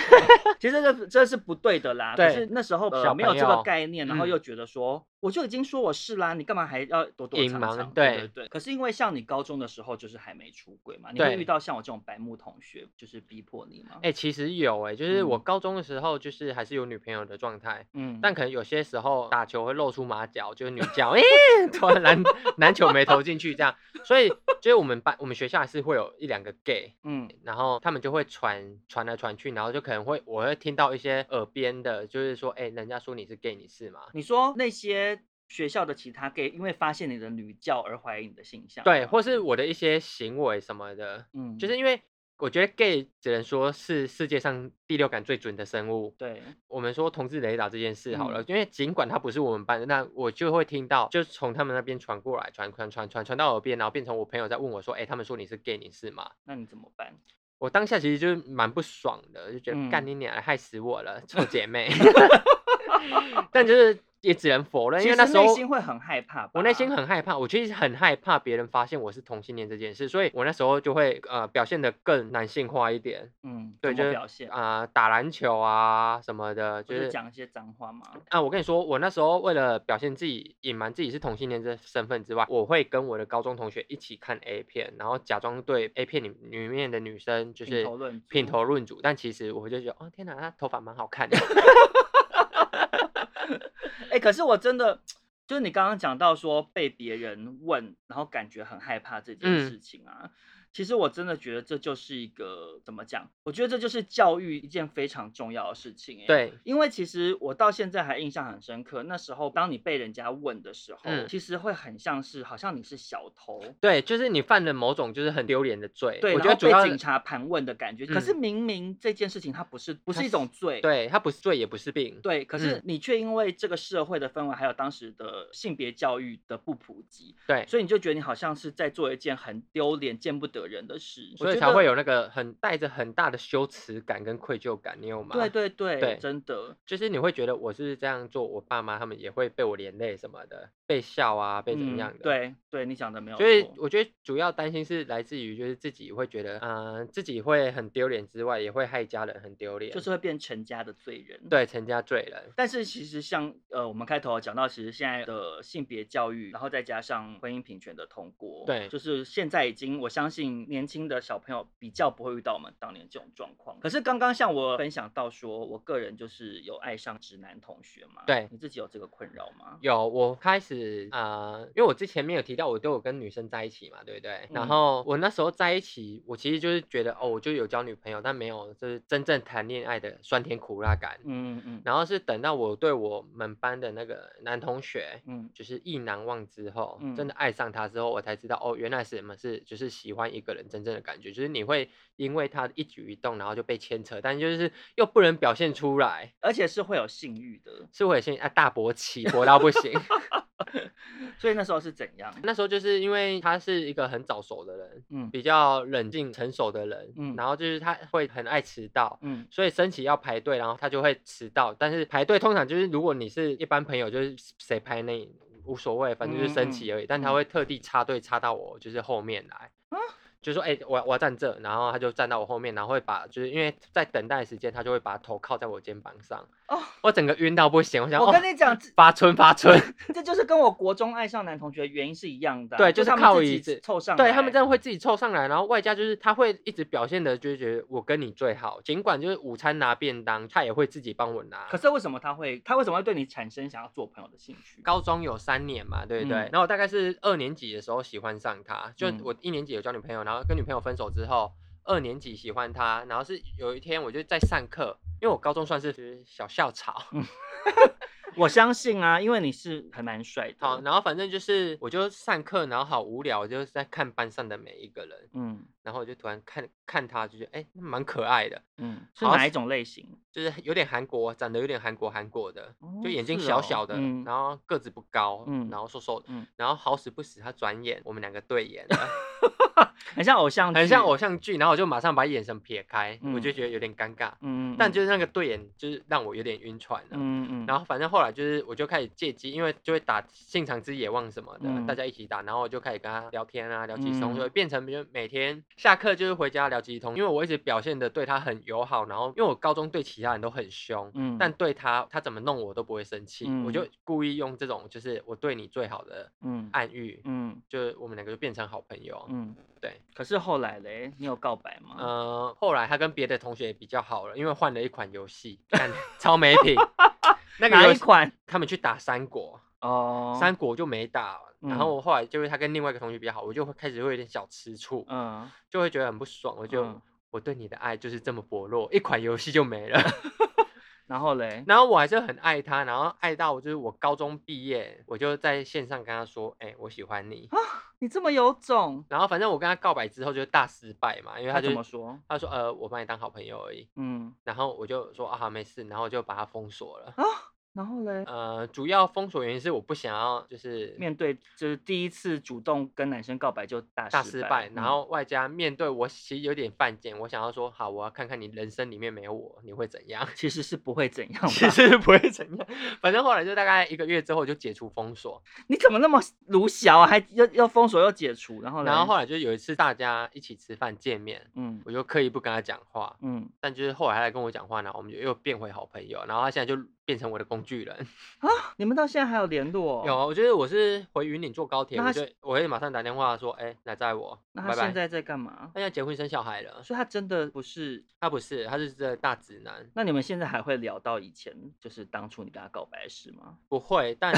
Speaker 3: 其实这这是不对的啦。可
Speaker 1: 对
Speaker 3: 是那时候、
Speaker 1: 小
Speaker 3: 呃、没有
Speaker 1: 朋
Speaker 3: 这个
Speaker 1: 友
Speaker 3: 概念，然后
Speaker 1: 嗯
Speaker 3: 又觉得说，我就已经说我是啦，你干嘛还要躲躲
Speaker 1: 隐
Speaker 3: 藏
Speaker 1: 瞒
Speaker 3: 藏？
Speaker 1: 对
Speaker 3: 对对。可是因为像你高中的时候就是还没出轨嘛，你会
Speaker 1: 对
Speaker 3: 遇到像我这种白目同学，就是逼迫你吗？
Speaker 1: 哎、其实有哎、就是我
Speaker 3: 嗯
Speaker 1: 高中的时候，就是还是有女朋友的状态，
Speaker 3: 嗯，
Speaker 1: 但可能有些时候打球会露出马脚，就是女脚，哎、突然篮篮球没投进去这样，所以就是我们班我们学校还是会有一两个 gay，
Speaker 3: 嗯
Speaker 1: 然后他们就会传传来传去，然后就可能会我会听到一些耳边的，就是说，哎、人家说你是 gay，你是吗？
Speaker 3: 你说那些学校的其他 gay 因为发现你的女教而怀疑你的性向吗，
Speaker 1: 对，或是我的一些行为什么的，
Speaker 3: 嗯，
Speaker 1: 就是因为我觉得 gay 只能说是世界上第六感最准的生物，
Speaker 3: 对，
Speaker 1: 我们说同志雷达这件事好了，
Speaker 3: 嗯
Speaker 1: 因为尽管他不是我们班的，那我就会听到，就是从他们那边传过来，传传传传传到耳边，然后变成我朋友在问我说：“哎、他们说你是 gay，你是吗
Speaker 3: 那你怎么办？？”
Speaker 1: 我当下其实就是蛮不爽的，就觉得
Speaker 3: 嗯
Speaker 1: 干你娘，害死我了，臭姐妹。但就是也只能否认，因
Speaker 3: 其
Speaker 1: 为
Speaker 3: 实
Speaker 1: 那时候
Speaker 3: 内心会很害怕吧，
Speaker 1: 我内心很害怕，我其实很害怕别人发现我是同性恋这件事，所以我那时候就会呃表现得更男性化一点
Speaker 3: 嗯，
Speaker 1: 对就
Speaker 3: 怎么
Speaker 1: 是
Speaker 3: 表现，
Speaker 1: 啊、呃打篮球啊什么的，
Speaker 3: 就
Speaker 1: 就是是
Speaker 3: 讲一些脏话嘛，
Speaker 1: 啊，我跟你说，我那时候为了表现自己、隐瞒自己是同性恋这身份之外，我会跟我的高中同学一起看 A 片，然后假装对 A 片里里面的女生就
Speaker 3: 品
Speaker 1: 是
Speaker 3: 头论
Speaker 1: 品
Speaker 3: 足
Speaker 1: 头论足，但其实我就觉得，哦天哪，她头发蛮好 看的。
Speaker 3: 哎、可是我真的，就是你刚刚讲到说被别人问，然后感觉很害怕这件
Speaker 1: 嗯
Speaker 3: 事情啊，其实我真的觉得这就是一个怎么讲？我觉得这就是教育一件非常重要的事情、哎，，
Speaker 1: 对，
Speaker 3: 因为其实我到现在还印象很深刻，那时候当你被人家问的时候，
Speaker 1: 嗯
Speaker 3: 其实会很像是好像你是小偷。
Speaker 1: 对，就是你犯了某种就是很丢脸的罪。
Speaker 3: 对，
Speaker 1: 我
Speaker 3: 然
Speaker 1: 觉
Speaker 3: 后
Speaker 1: 得主要
Speaker 3: 被警察盘问的感觉，可是
Speaker 1: 嗯
Speaker 3: 明明这件事情它不是不
Speaker 1: 它
Speaker 3: 是一
Speaker 1: 是
Speaker 3: 种罪，
Speaker 1: 对它不是罪也不是病。
Speaker 3: 对，可是
Speaker 1: 嗯
Speaker 3: 你却因为这个社会的氛围，还有当时的性别教育的不普及，
Speaker 1: 对
Speaker 3: 所以你就觉得你好像是在做一件很丢脸、见不得人的事，我
Speaker 1: 所以
Speaker 3: 觉
Speaker 1: 才会
Speaker 3: 得。
Speaker 1: 有那个很带着很大的羞耻感跟愧疚感，你有吗？
Speaker 3: 对，对对，
Speaker 1: 对
Speaker 3: 真的，
Speaker 1: 就是你会觉得我是不是这样做，我爸妈他们也会被我连累什么的，被笑啊，被怎么样的。
Speaker 3: 嗯、。对对，你讲的没有错。
Speaker 1: 所以我觉得主要担心是来自于就是自己会觉得，嗯、自己会很丢脸之外，也会害家人很丢脸，
Speaker 3: 就是会变成家的罪人。。
Speaker 1: 对成家罪人。
Speaker 3: 但是其实像呃，我们开头有讲到，其实现在的性别教育，然后再加上婚姻平权的通过，
Speaker 1: 对
Speaker 3: 就是现在已经我相信年轻的小朋友比较不会遇到我们当年这种状况。可是刚刚像我分享到说，我个人就是有爱上直男同学嘛，
Speaker 1: 对
Speaker 3: 你自己有这个困扰吗？
Speaker 1: 有，我开始啊、呃因为我之前面有提到，我都有跟女生在一起嘛，对不对？
Speaker 3: 嗯
Speaker 1: 然后我那时候在一起，我其实就是觉得，哦，我就有交女朋友，但没有就是真正谈恋爱的酸甜苦辣感。
Speaker 3: 嗯嗯
Speaker 1: 然后是等到我对我们班的那个男同学，
Speaker 3: 嗯
Speaker 1: 就是意难忘之后，真
Speaker 3: 嗯
Speaker 1: 的爱上他之后，我才知道哦，原来什么是就是喜欢一个人真正的感觉，就是你会因为他的一举一动，然后就被牵扯，但就是又不能表现出来，
Speaker 3: 而且是会有性欲的，
Speaker 1: 是会先啊大勃起，勃到不 行。
Speaker 3: 所以那时候是怎样？
Speaker 1: 那时候就是因为他是一个很早熟的人，
Speaker 3: 嗯
Speaker 1: 比较冷静成熟的人，
Speaker 3: 嗯
Speaker 1: 然后就是他会很爱迟到。
Speaker 3: 嗯
Speaker 1: 所以升旗要排队，然后他就会迟到。但是排队通常就是，如果你是一般朋友，就是谁排那无所谓，反正就是升旗
Speaker 3: 嗯嗯
Speaker 1: 而已。但他
Speaker 3: 嗯啊
Speaker 1: 会特地插队插到我就是后面来，就说：“哎、我要我要站这。”然后他就站到我后面，然后会把就是因为在等待的时间，他就会把头靠在我肩膀上。
Speaker 3: 哦，
Speaker 1: 我整个晕到不行，我想
Speaker 3: 我跟
Speaker 1: 哦、
Speaker 3: 你讲，这
Speaker 1: 发春发春。
Speaker 3: 这就是跟我国中爱上男同学的原因是一样的啊、
Speaker 1: 对
Speaker 3: 就
Speaker 1: 就是
Speaker 3: 他们
Speaker 1: 靠
Speaker 3: 自
Speaker 1: 椅
Speaker 3: 己
Speaker 1: 子
Speaker 3: 凑上来，嗯
Speaker 1: 对他们真的会自己凑上来，然后外加就是他会一直表现的，就是觉得我跟你最好，尽管就是午餐拿便当，他也会自己帮我拿。
Speaker 3: 可是为什么他会，他为什么会对你产生想要做朋友的兴趣？
Speaker 1: 高中有三年嘛，对不对？
Speaker 3: 嗯
Speaker 1: 然后我大概是二年级的时候喜欢上他，就
Speaker 3: 嗯
Speaker 1: 我一年级有交女朋友，然后跟女朋友分手之后，二年级喜欢他，然后是有一天我就在上课，因为我高中算是就是小校草，
Speaker 3: 嗯我相信啊，因为你是还蛮帅的。
Speaker 1: 好，，然后反正就是我就上课，然后好无聊，我就是在看班上的每一个人，
Speaker 3: 嗯
Speaker 1: 然后我就突然看看他，就觉得哎蛮可爱的，
Speaker 3: 嗯，是
Speaker 1: 好
Speaker 3: 哪一种类型？
Speaker 1: 就是有点韩国，长得有点韩国韩国的，
Speaker 3: 哦
Speaker 1: 就眼睛
Speaker 3: 是
Speaker 1: 小
Speaker 3: 哦
Speaker 1: 小的，
Speaker 3: 嗯
Speaker 1: 然后个子不高，
Speaker 3: 嗯
Speaker 1: 然后瘦瘦的，
Speaker 3: 嗯
Speaker 1: 然后好死不死他转眼，我们两个对眼 了，
Speaker 3: 很像偶像剧，
Speaker 1: 很像偶像剧，然后我就马上把眼神撇开，我就
Speaker 3: 嗯
Speaker 1: 觉得有点尴尬，
Speaker 3: 嗯，嗯，
Speaker 1: 但就是是那个对眼就是让我有点晕船了。
Speaker 3: 嗯嗯，
Speaker 1: 然
Speaker 3: 后
Speaker 1: 后反正后来就是，我就开始借机，因为就会打信长之野望什么的，大
Speaker 3: 嗯
Speaker 1: 家一起打，然后我就开始跟他聊天啊，聊几通，所以
Speaker 3: 嗯
Speaker 1: 变成就每天下课就是回家聊几通，因为我一直表现的对他很友好，然后因为我高中对其他人都很凶，
Speaker 3: 嗯，
Speaker 1: 但对他，他怎么弄我都不会生气，我就
Speaker 3: 嗯
Speaker 1: 故意用这种就是我对你最好的
Speaker 3: 嗯
Speaker 1: 暗喻，
Speaker 3: 嗯
Speaker 1: 就是我们两个就变成好朋友。啊
Speaker 3: 嗯，
Speaker 1: 对，
Speaker 3: 可是后来嘞，你有告白吗？
Speaker 1: 呃，后来他跟别的同学也比较好了，因为换了一款游戏，干超没 品。那个
Speaker 3: 哪
Speaker 1: 游
Speaker 3: 一
Speaker 1: 戏
Speaker 3: 款？
Speaker 1: 他们去打三国，
Speaker 3: 哦，
Speaker 1: 三国就没打。然后
Speaker 3: 嗯
Speaker 1: 我后来就是他跟另外一个同学比较好，我就会开始会有点小吃醋，
Speaker 3: 嗯，
Speaker 1: 就会觉得很不爽。我就、
Speaker 3: 嗯
Speaker 1: 我对你的爱就是这么薄弱，一款游戏就没了。
Speaker 3: 然后嘞，
Speaker 1: 然后我还是很爱他，然后爱到就是我高中毕业，我就在线上跟他说，哎、我喜欢你。
Speaker 3: 你这么有种，
Speaker 1: 然后反正我跟他告白之后就是大失败嘛，因为
Speaker 3: 他
Speaker 1: 他就
Speaker 3: 怎么说？
Speaker 1: 他说呃我把你当好朋友而已，
Speaker 3: 嗯，
Speaker 1: 然后我就说啊没事，然后我就把他封锁了。
Speaker 3: 啊然后嘞，
Speaker 1: 呃，主要封锁原因是我不想要就是
Speaker 3: 面对就是第一次主动跟男生告白就大
Speaker 1: 大
Speaker 3: 失
Speaker 1: 失败，然
Speaker 3: 嗯
Speaker 1: 后外加面对我其实有点犯贱，我想要说好，我要看看你人生里面没有我，你会怎样？
Speaker 3: 其实是不会怎样吧。
Speaker 1: 其实不会怎样，反正后来就大概一个月之后就解除封锁，
Speaker 3: 你怎么那么鲁小啊？还要要封锁又解除，然后嘞
Speaker 1: 然后后来就有一次大家一起吃饭见面，
Speaker 3: 嗯
Speaker 1: 我就刻意不跟他讲话，
Speaker 3: 嗯
Speaker 1: 但就是后来他来跟我讲话呢，我们就又变回好朋友，然后他现在就变成我的工具人。
Speaker 3: 啊，你们到现在还有联络、哦？
Speaker 1: 有，。我觉得我是回云岭坐高铁，
Speaker 3: 那
Speaker 1: 我
Speaker 3: 他
Speaker 1: 就我会马上打电话说，哎、来载我，
Speaker 3: 那
Speaker 1: 拜哎
Speaker 3: 他现
Speaker 1: 拜。
Speaker 3: 在在干嘛？
Speaker 1: 他现在结婚生小孩了，
Speaker 3: 所以他真的不是？
Speaker 1: 他不是，他是这大直男，
Speaker 3: 那你们现在还会聊到以前，就是当初你跟他告白的事吗？
Speaker 1: 不会， 但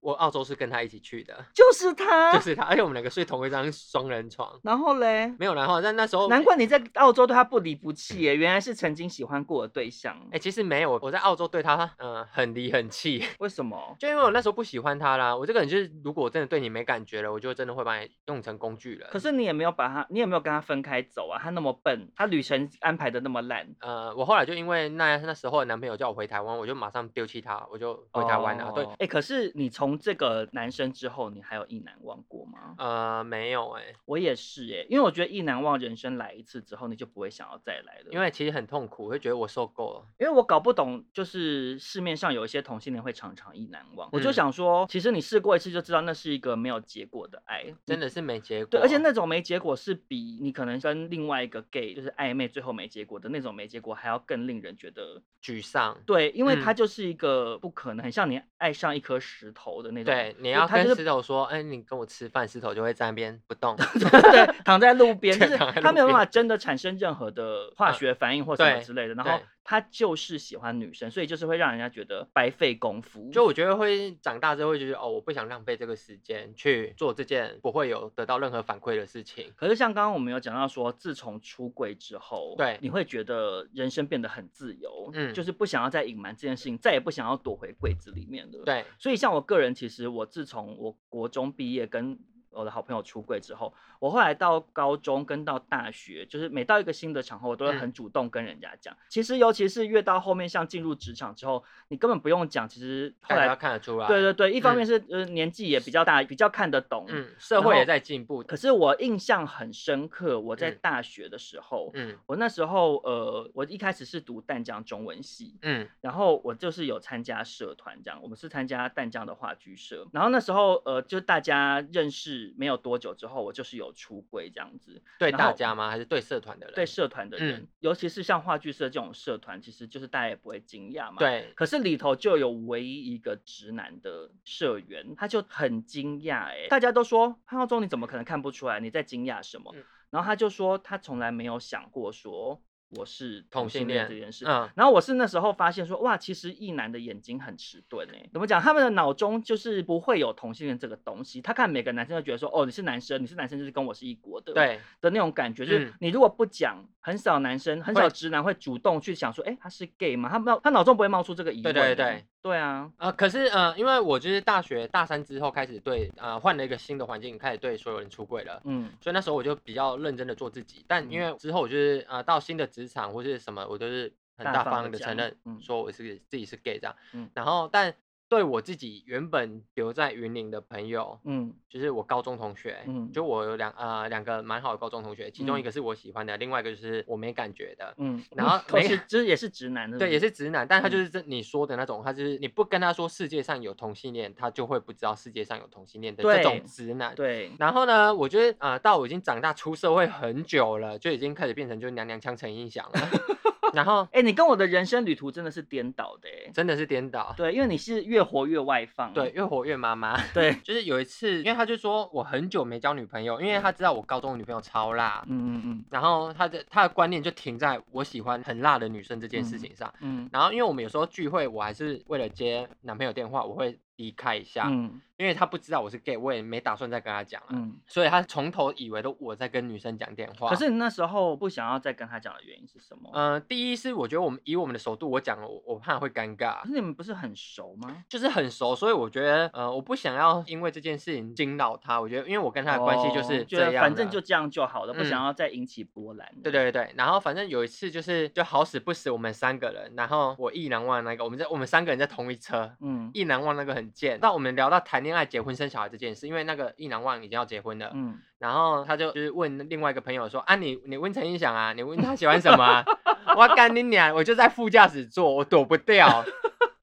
Speaker 1: 我澳洲是跟他一起去的，
Speaker 3: 就是他，
Speaker 1: 就是他，而且我们两个睡同一张双人床，
Speaker 3: 然后嘞，
Speaker 1: 没有然后，但那时候
Speaker 3: 难怪你在澳洲对他不离不弃耶，原来是曾经喜欢过的对象
Speaker 1: 哎、。其实没有，我在澳洲对他嗯、呃很离很弃，
Speaker 3: 为什么？
Speaker 1: 就因为我那时候不喜欢他啦，我这个人就是如果我真的对你没感觉了，我就真的会把你用成工具人。
Speaker 3: 可是你也没有把他，你也没有跟他分开走啊，他那么笨，他旅程安排的那么烂，
Speaker 1: 呃，我后来就因为那那时候的男朋友叫我回台湾，我就马上丢弃他，我就回台湾了。对
Speaker 3: 哎、，可是你从这个男生之后，你还有意难忘过吗？
Speaker 1: 呃，没有哎、
Speaker 3: 我也是哎、因为我觉得意难忘人生来一次之后，你就不会想要再来了。
Speaker 1: 因为其实很痛苦，我会觉得我受够了。
Speaker 3: 因为我搞不懂，就是市面上有一些同性恋会常常意难忘，我就
Speaker 1: 嗯
Speaker 3: 想说，其实你试过一次就知道那是一个没有结果的爱，嗯
Speaker 1: 真的是哦没结果。
Speaker 3: 对，而且那种没结果是比你可能跟另外一个 gay 就是暧昧最后没结果的那种没结果还要更令人觉得
Speaker 1: 沮丧。
Speaker 3: 对，因为它
Speaker 1: 嗯
Speaker 3: 就是一个不可能，很像你爱上一颗石头的那种。
Speaker 1: 对，你
Speaker 3: 就
Speaker 1: 要
Speaker 3: 它
Speaker 1: 跟
Speaker 3: 就是
Speaker 1: 石头说，哎、你跟我吃饭，石头就会在那边不 动。
Speaker 3: 对，躺在路边，就
Speaker 1: 对
Speaker 3: 是
Speaker 1: 躺在
Speaker 3: 他
Speaker 1: 路
Speaker 3: 没有办
Speaker 1: 边
Speaker 3: 法真的产生任何的化
Speaker 1: 嗯
Speaker 3: 学反应或什么
Speaker 1: 对
Speaker 3: 之类的。然后
Speaker 1: 对
Speaker 3: 他就是喜欢女生，所以就是会让人家觉得白费功夫。
Speaker 1: 就我觉得会长大之后会觉得，哦，我不想浪费这个时间去做这件不会有得到任何反馈的事情。
Speaker 3: 可是像刚刚我们有讲到说，自从出柜之后，
Speaker 1: 对
Speaker 3: 你会觉得人生变得很自由，
Speaker 1: 嗯
Speaker 3: 就是不想要再隐瞒这件事情，再也不想要躲回柜子里面了。，
Speaker 1: 对，
Speaker 3: 所以像我个人，其实我自从我国中毕业跟我的好朋友出柜之后，我后来到高中跟到大学，就是每到一个新的场合，我都会
Speaker 1: 嗯
Speaker 3: 很主动跟人家讲。其实尤其是越到后面，像进入职场之后，你根本不用讲，其实后
Speaker 1: 大家
Speaker 3: 来。
Speaker 1: 看得出来。
Speaker 3: 对对对，一
Speaker 1: 嗯
Speaker 3: 方面是、呃年纪也比较大，比较看得懂，
Speaker 1: 嗯，社
Speaker 3: 然
Speaker 1: 会
Speaker 3: 后
Speaker 1: 也在进步。
Speaker 3: 可是我印象很深刻，我在
Speaker 1: 嗯
Speaker 3: 大学的时候，
Speaker 1: 嗯
Speaker 3: 我那时候呃，我一开始是读淡江中文系，
Speaker 1: 嗯
Speaker 3: 然后我就是有参加社团这样，我们是参加淡江的话剧社，然后那时候呃，就大家认识没有多久之后，我就是有出柜这样子，
Speaker 1: 对
Speaker 3: 然
Speaker 1: 大
Speaker 3: 后
Speaker 1: 家吗？还是对嗯社团的人？
Speaker 3: 对社团的人，尤其是像话剧社这种社团，其实就是大家也不会惊讶嘛，
Speaker 1: 对，
Speaker 3: 可是里头就有唯一一个直男的社员，他就很惊讶哎，大家都说潘浩忠你怎么可能看不出来你在惊讶什么？
Speaker 1: 嗯
Speaker 3: 然后他就说他从来没有想过说我是同
Speaker 1: 同
Speaker 3: 性
Speaker 1: 性
Speaker 3: 恋
Speaker 1: 恋
Speaker 3: 这件事。
Speaker 1: 嗯，
Speaker 3: 然后我是那时候发现说，哇，其实异男的眼睛很迟钝哎，怎么讲？他们的脑中就是不会有同性恋这个东西。他看每个男生都觉得说，哦，你是男生，你是男生就是跟我是一国的，
Speaker 1: 对，
Speaker 3: 的那种感觉，就是
Speaker 1: 嗯
Speaker 3: 你如果不讲，很少男生、很少
Speaker 1: 会
Speaker 3: 直男会主动去想说，哎、他是 gay 吗？他没有，他脑中不会冒出这个疑问
Speaker 1: 对
Speaker 3: 欸。
Speaker 1: 对对
Speaker 3: 对啊，
Speaker 1: 呃，可是呃，因为我就是大学大三之后开始对呃换了一个新的环境，开始对所有人出柜了。
Speaker 3: 嗯，
Speaker 1: 所以那时候我就比较认真的做自己，但因
Speaker 3: 嗯
Speaker 1: 为之后我就是呃到新的职场或是什么，我都是很
Speaker 3: 大
Speaker 1: 大
Speaker 3: 方
Speaker 1: 方
Speaker 3: 地
Speaker 1: 的
Speaker 3: 讲
Speaker 1: 承认
Speaker 3: 嗯
Speaker 1: 说我是自己是 gay 这样，
Speaker 3: 嗯
Speaker 1: 然后但对我自己原本留在云林的朋友，
Speaker 3: 嗯
Speaker 1: 就是我高中同学，
Speaker 3: 嗯
Speaker 1: 就我有两呃两个蛮好的高中同学，其中
Speaker 3: 嗯
Speaker 1: 一个是我喜欢的，另外一个就是我没感觉的，
Speaker 3: 嗯，
Speaker 1: 然 后
Speaker 3: 都
Speaker 1: 没
Speaker 3: 是就是也是直男的，
Speaker 1: 对，也是直男，但他就
Speaker 3: 嗯
Speaker 1: 是这你说的那种，他就是你不跟他说世界上有同性恋，他就会不知道世界上有同性恋的这
Speaker 3: 对
Speaker 1: 种直男。
Speaker 3: 对，
Speaker 1: 然后呢，我觉得啊、呃到我已经长大出社会很久了，就已经开始变成就是娘娘腔陈映响了。 然后
Speaker 3: 哎、你跟我的人生旅途真的是颠倒的哎，
Speaker 1: 真的是颠倒，
Speaker 3: 对，因为你是越活越外放，
Speaker 1: 对，越活越妈 妈。
Speaker 3: 对，
Speaker 1: 就是有一次，因为他就说我很久没交女朋友，因为他知道我高中的女朋友超辣，
Speaker 3: 嗯嗯嗯
Speaker 1: 然后他的他的观念就停在我喜欢很辣的女生这件事
Speaker 3: 嗯
Speaker 1: 情上。
Speaker 3: 嗯，
Speaker 1: 然后因为我们有时候聚会，我还是为了接男朋友电话，我会低开一下，
Speaker 3: 嗯
Speaker 1: 因为他不知道我是 gay，我也没打算再跟他讲了、
Speaker 3: 嗯。
Speaker 1: 所以他从头以为都我在跟女生讲电话。
Speaker 3: 可是你那时候不想要再跟他讲的原因是什么？
Speaker 1: 呃，第一是我觉得我们以我们的熟度，我讲了我我怕会尴尬
Speaker 3: 可，是你们不是很熟吗？
Speaker 1: 就是很熟，所以我觉得呃我不想要因为这件事情惊扰他。我觉得因为我跟他的关系就
Speaker 3: 哦
Speaker 1: 是
Speaker 3: 觉
Speaker 1: 这
Speaker 3: 得
Speaker 1: 样、
Speaker 3: 反正就。这样就好了，不
Speaker 1: 嗯
Speaker 3: 想要再引起波澜。
Speaker 1: 对，对对，然后反正有一次就是就好死不死我们三个人，然后我意难忘那个，我们在我们三个人在同一车，
Speaker 3: 嗯
Speaker 1: 意难忘那个很贱。那我们聊到谈恋爱、结婚、生小孩这件事，因为那个意难忘已经要结婚了，
Speaker 3: 嗯，
Speaker 1: 然后他就就是问另外一个朋友说啊你你问陈意翔啊，你问他喜欢什么、啊？ 我干你娘！我就在副驾驶座，我躲不掉。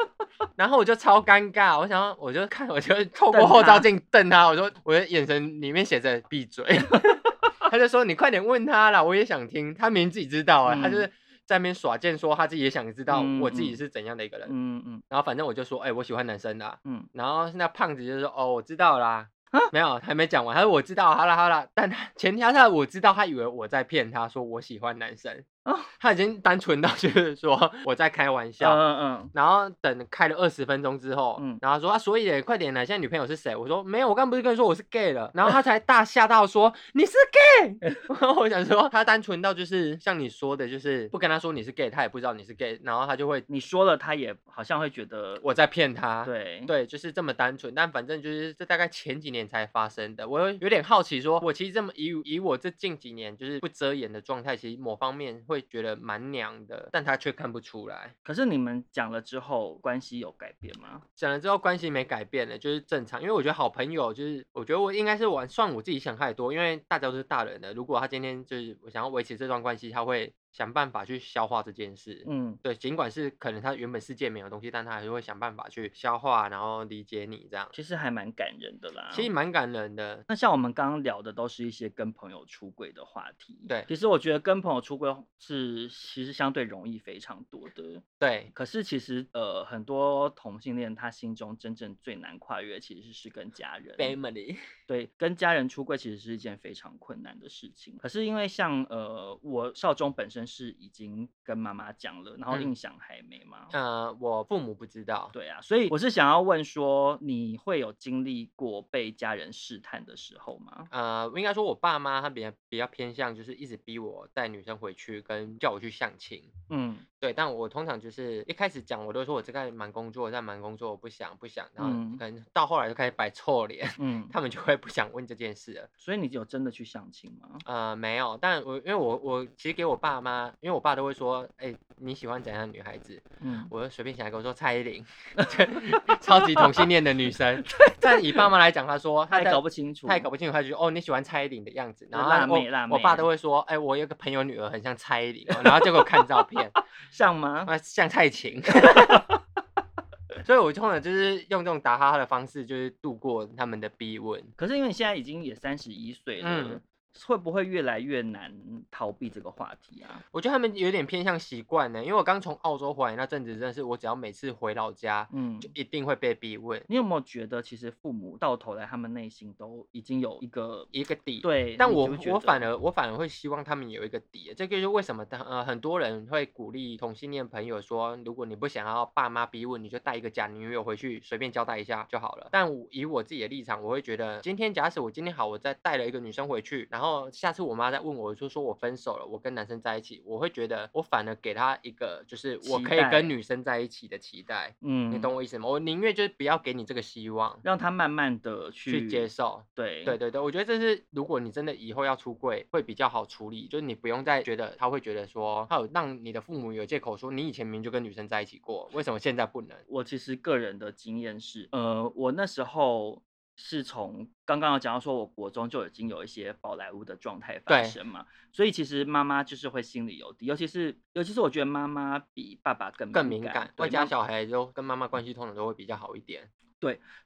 Speaker 1: 然后我就超尴尬，我想要我就看我就透过
Speaker 3: 瞪
Speaker 1: 后照
Speaker 3: 他
Speaker 1: 镜瞪他，我说我的眼神里面写着闭嘴。 他就说你快点问他啦，我也想听。他明明自己知道啊，他就是
Speaker 3: 嗯
Speaker 1: 在那边耍贱说他自己也想知道
Speaker 3: 嗯
Speaker 1: 我自己
Speaker 3: 嗯
Speaker 1: 是怎样的一个人。
Speaker 3: 嗯嗯
Speaker 1: 然后反正我就说哎、我喜欢男生的啊、
Speaker 3: 嗯，
Speaker 1: 然后那胖子就说：“哦，我知道啦。”
Speaker 3: 啊
Speaker 1: 没有，还没讲完。他说：“我知道，好啦好啦。”但他前提下我知道，他以为我在骗他，说我喜欢男生。
Speaker 3: 哦
Speaker 1: 他已经单纯到就是说我在开玩
Speaker 3: 嗯
Speaker 1: 笑。
Speaker 3: 嗯
Speaker 1: 然后等开了二十分钟之后，
Speaker 3: 嗯
Speaker 1: 然后说啊，所以嘞快点来，现在女朋友是谁？我说没有，我刚不是跟你说我是 gay 了，然后他才大吓到说你 是 gay，然后我想说他单纯到就是像你说的，就是不跟他说你是 gay，他也不知道你是 gay，然后他就会
Speaker 3: 你说了，他也好像会觉得
Speaker 1: 我在骗他，
Speaker 3: 对，
Speaker 1: 对，就是这么单纯。但反正就是这大概前几年才发生的。我有有点好奇说，我其实这么以以我这近几年就是不遮掩的状态，其实某方面会觉得蛮娘的，但他却看不出来。
Speaker 3: 可是你们讲了之后，关系有改变吗？
Speaker 1: 讲了之后关系没改变了，就是正常。因为我觉得好朋友就是，我觉得我应该是我算我自己想太多，因为大家都是大人的。如果他今天就是我想要维持这段关系，他会想办法去消化这件事。
Speaker 3: 嗯，
Speaker 1: 对，尽管是可能他原本世界没有的东西，但他还是会想办法去消化，然后理解你这样。
Speaker 3: 其实还蛮感人的啦。
Speaker 1: 其实蛮感人的，
Speaker 3: 那像我们刚刚聊的都是一些跟朋友出轨的话题。
Speaker 1: 对
Speaker 3: 其实我觉得跟朋友出轨是其实相对容易非常多的。
Speaker 1: 对，
Speaker 3: 可是其实呃，很多同性恋他心中真正最难跨越其实是跟家人。
Speaker 1: family，
Speaker 3: 对，跟家人出柜其实是一件非常困难的事情。可是因为像呃，我少中本身是已经跟妈妈讲了，然后
Speaker 1: 嗯
Speaker 3: 印象还没嘛。
Speaker 1: 呃，我父母不知道，
Speaker 3: 对啊，所以我是想要问说，你会有经历过被家人试探的时候吗？
Speaker 1: 呃，应该说我爸妈他比较比较偏向就是一直逼我带女生回去，跟叫我去相亲。
Speaker 3: 嗯
Speaker 1: 对，但我通常就是一开始讲，我都说我这个忙工作，在忙工作，我不想不想，然后
Speaker 3: 嗯
Speaker 1: 可能到后来就开始摆臭脸，
Speaker 3: 嗯，
Speaker 1: 他们就会不想问这件事了。
Speaker 3: 所以你有真的去相亲吗？
Speaker 1: 呃，没有，但我因为我我其实给我爸妈，因为我爸都会说，哎、你喜欢怎样的女孩子？
Speaker 3: 嗯，
Speaker 1: 我就随便想一个，我说蔡依林， 超级同性恋的女生。 但以爸妈来讲，他说
Speaker 3: 他也
Speaker 1: 在
Speaker 3: 搞不清楚，
Speaker 1: 他也搞不清楚，他就觉得哦，你喜欢蔡依林的样子，
Speaker 3: 就
Speaker 1: 然后
Speaker 3: 辣
Speaker 1: 他我
Speaker 3: 妹辣
Speaker 1: 我爸
Speaker 3: 妹
Speaker 1: 都会说，哎、我有个朋友女儿很像蔡依林哦，然后结果看照片，
Speaker 3: 像吗？
Speaker 1: 啊，像蔡琴。 所以我通常就是用这种打哈哈的方式，就是度过他们的逼问。
Speaker 3: 可是因为你现在已经也三十一岁了。
Speaker 1: 嗯
Speaker 3: 会不会越来越难逃避这个话题啊？
Speaker 1: 我觉得他们有点偏向习惯呢，因为我刚从澳洲回来那阵子，真的是我只要每次回老家，
Speaker 3: 嗯，
Speaker 1: 就一定会被逼问
Speaker 3: 你有没有觉得，其实父母到头来，他们内心都已经有一个
Speaker 1: 一个底。
Speaker 3: 对，
Speaker 1: 但
Speaker 3: 你
Speaker 1: 我
Speaker 3: 觉不觉
Speaker 1: 我反
Speaker 3: 得
Speaker 1: 而我反而会希望他们有一个底，这个就是为什么他呃很多人会鼓励同性恋朋友说，如果你不想要爸妈逼问，你就带一个假女友回去随便交代一下就好了。但我以我自己的立场，我会觉得今天假使我今天好，我再带了一个女生回去，然后下次我妈再问我，我就说我分手了，我跟男生在一起，我会觉得我反而给她一个就是我
Speaker 3: 期
Speaker 1: 可以
Speaker 3: 待
Speaker 1: 跟女生在一起的期待，
Speaker 3: 嗯，
Speaker 1: 你懂我意思吗？我宁愿就是不要给你这个希望。
Speaker 3: 让他慢慢的
Speaker 1: 去
Speaker 3: 去
Speaker 1: 接，受，
Speaker 3: 对
Speaker 1: 对，对对，我觉得这是如果你真的以后要出柜，会比较好处理，就是你不用再觉得他会觉得说，他有让你的父母有借口说你以前明明就跟女生在一起过，为什么现在不能？
Speaker 3: 我其实个人的经验是，呃，我那时候是从刚刚有讲到说，我国中就已经有一些宝莱坞的状态发
Speaker 1: 对
Speaker 3: 生嘛，所以其实妈妈就是会心里有底，尤其是尤其是我觉得妈妈比爸爸更
Speaker 1: 更
Speaker 3: 敏
Speaker 1: 敏感，
Speaker 3: 对
Speaker 1: 外加
Speaker 3: 妈
Speaker 1: 小孩就跟妈妈关系通常都会比较好一点。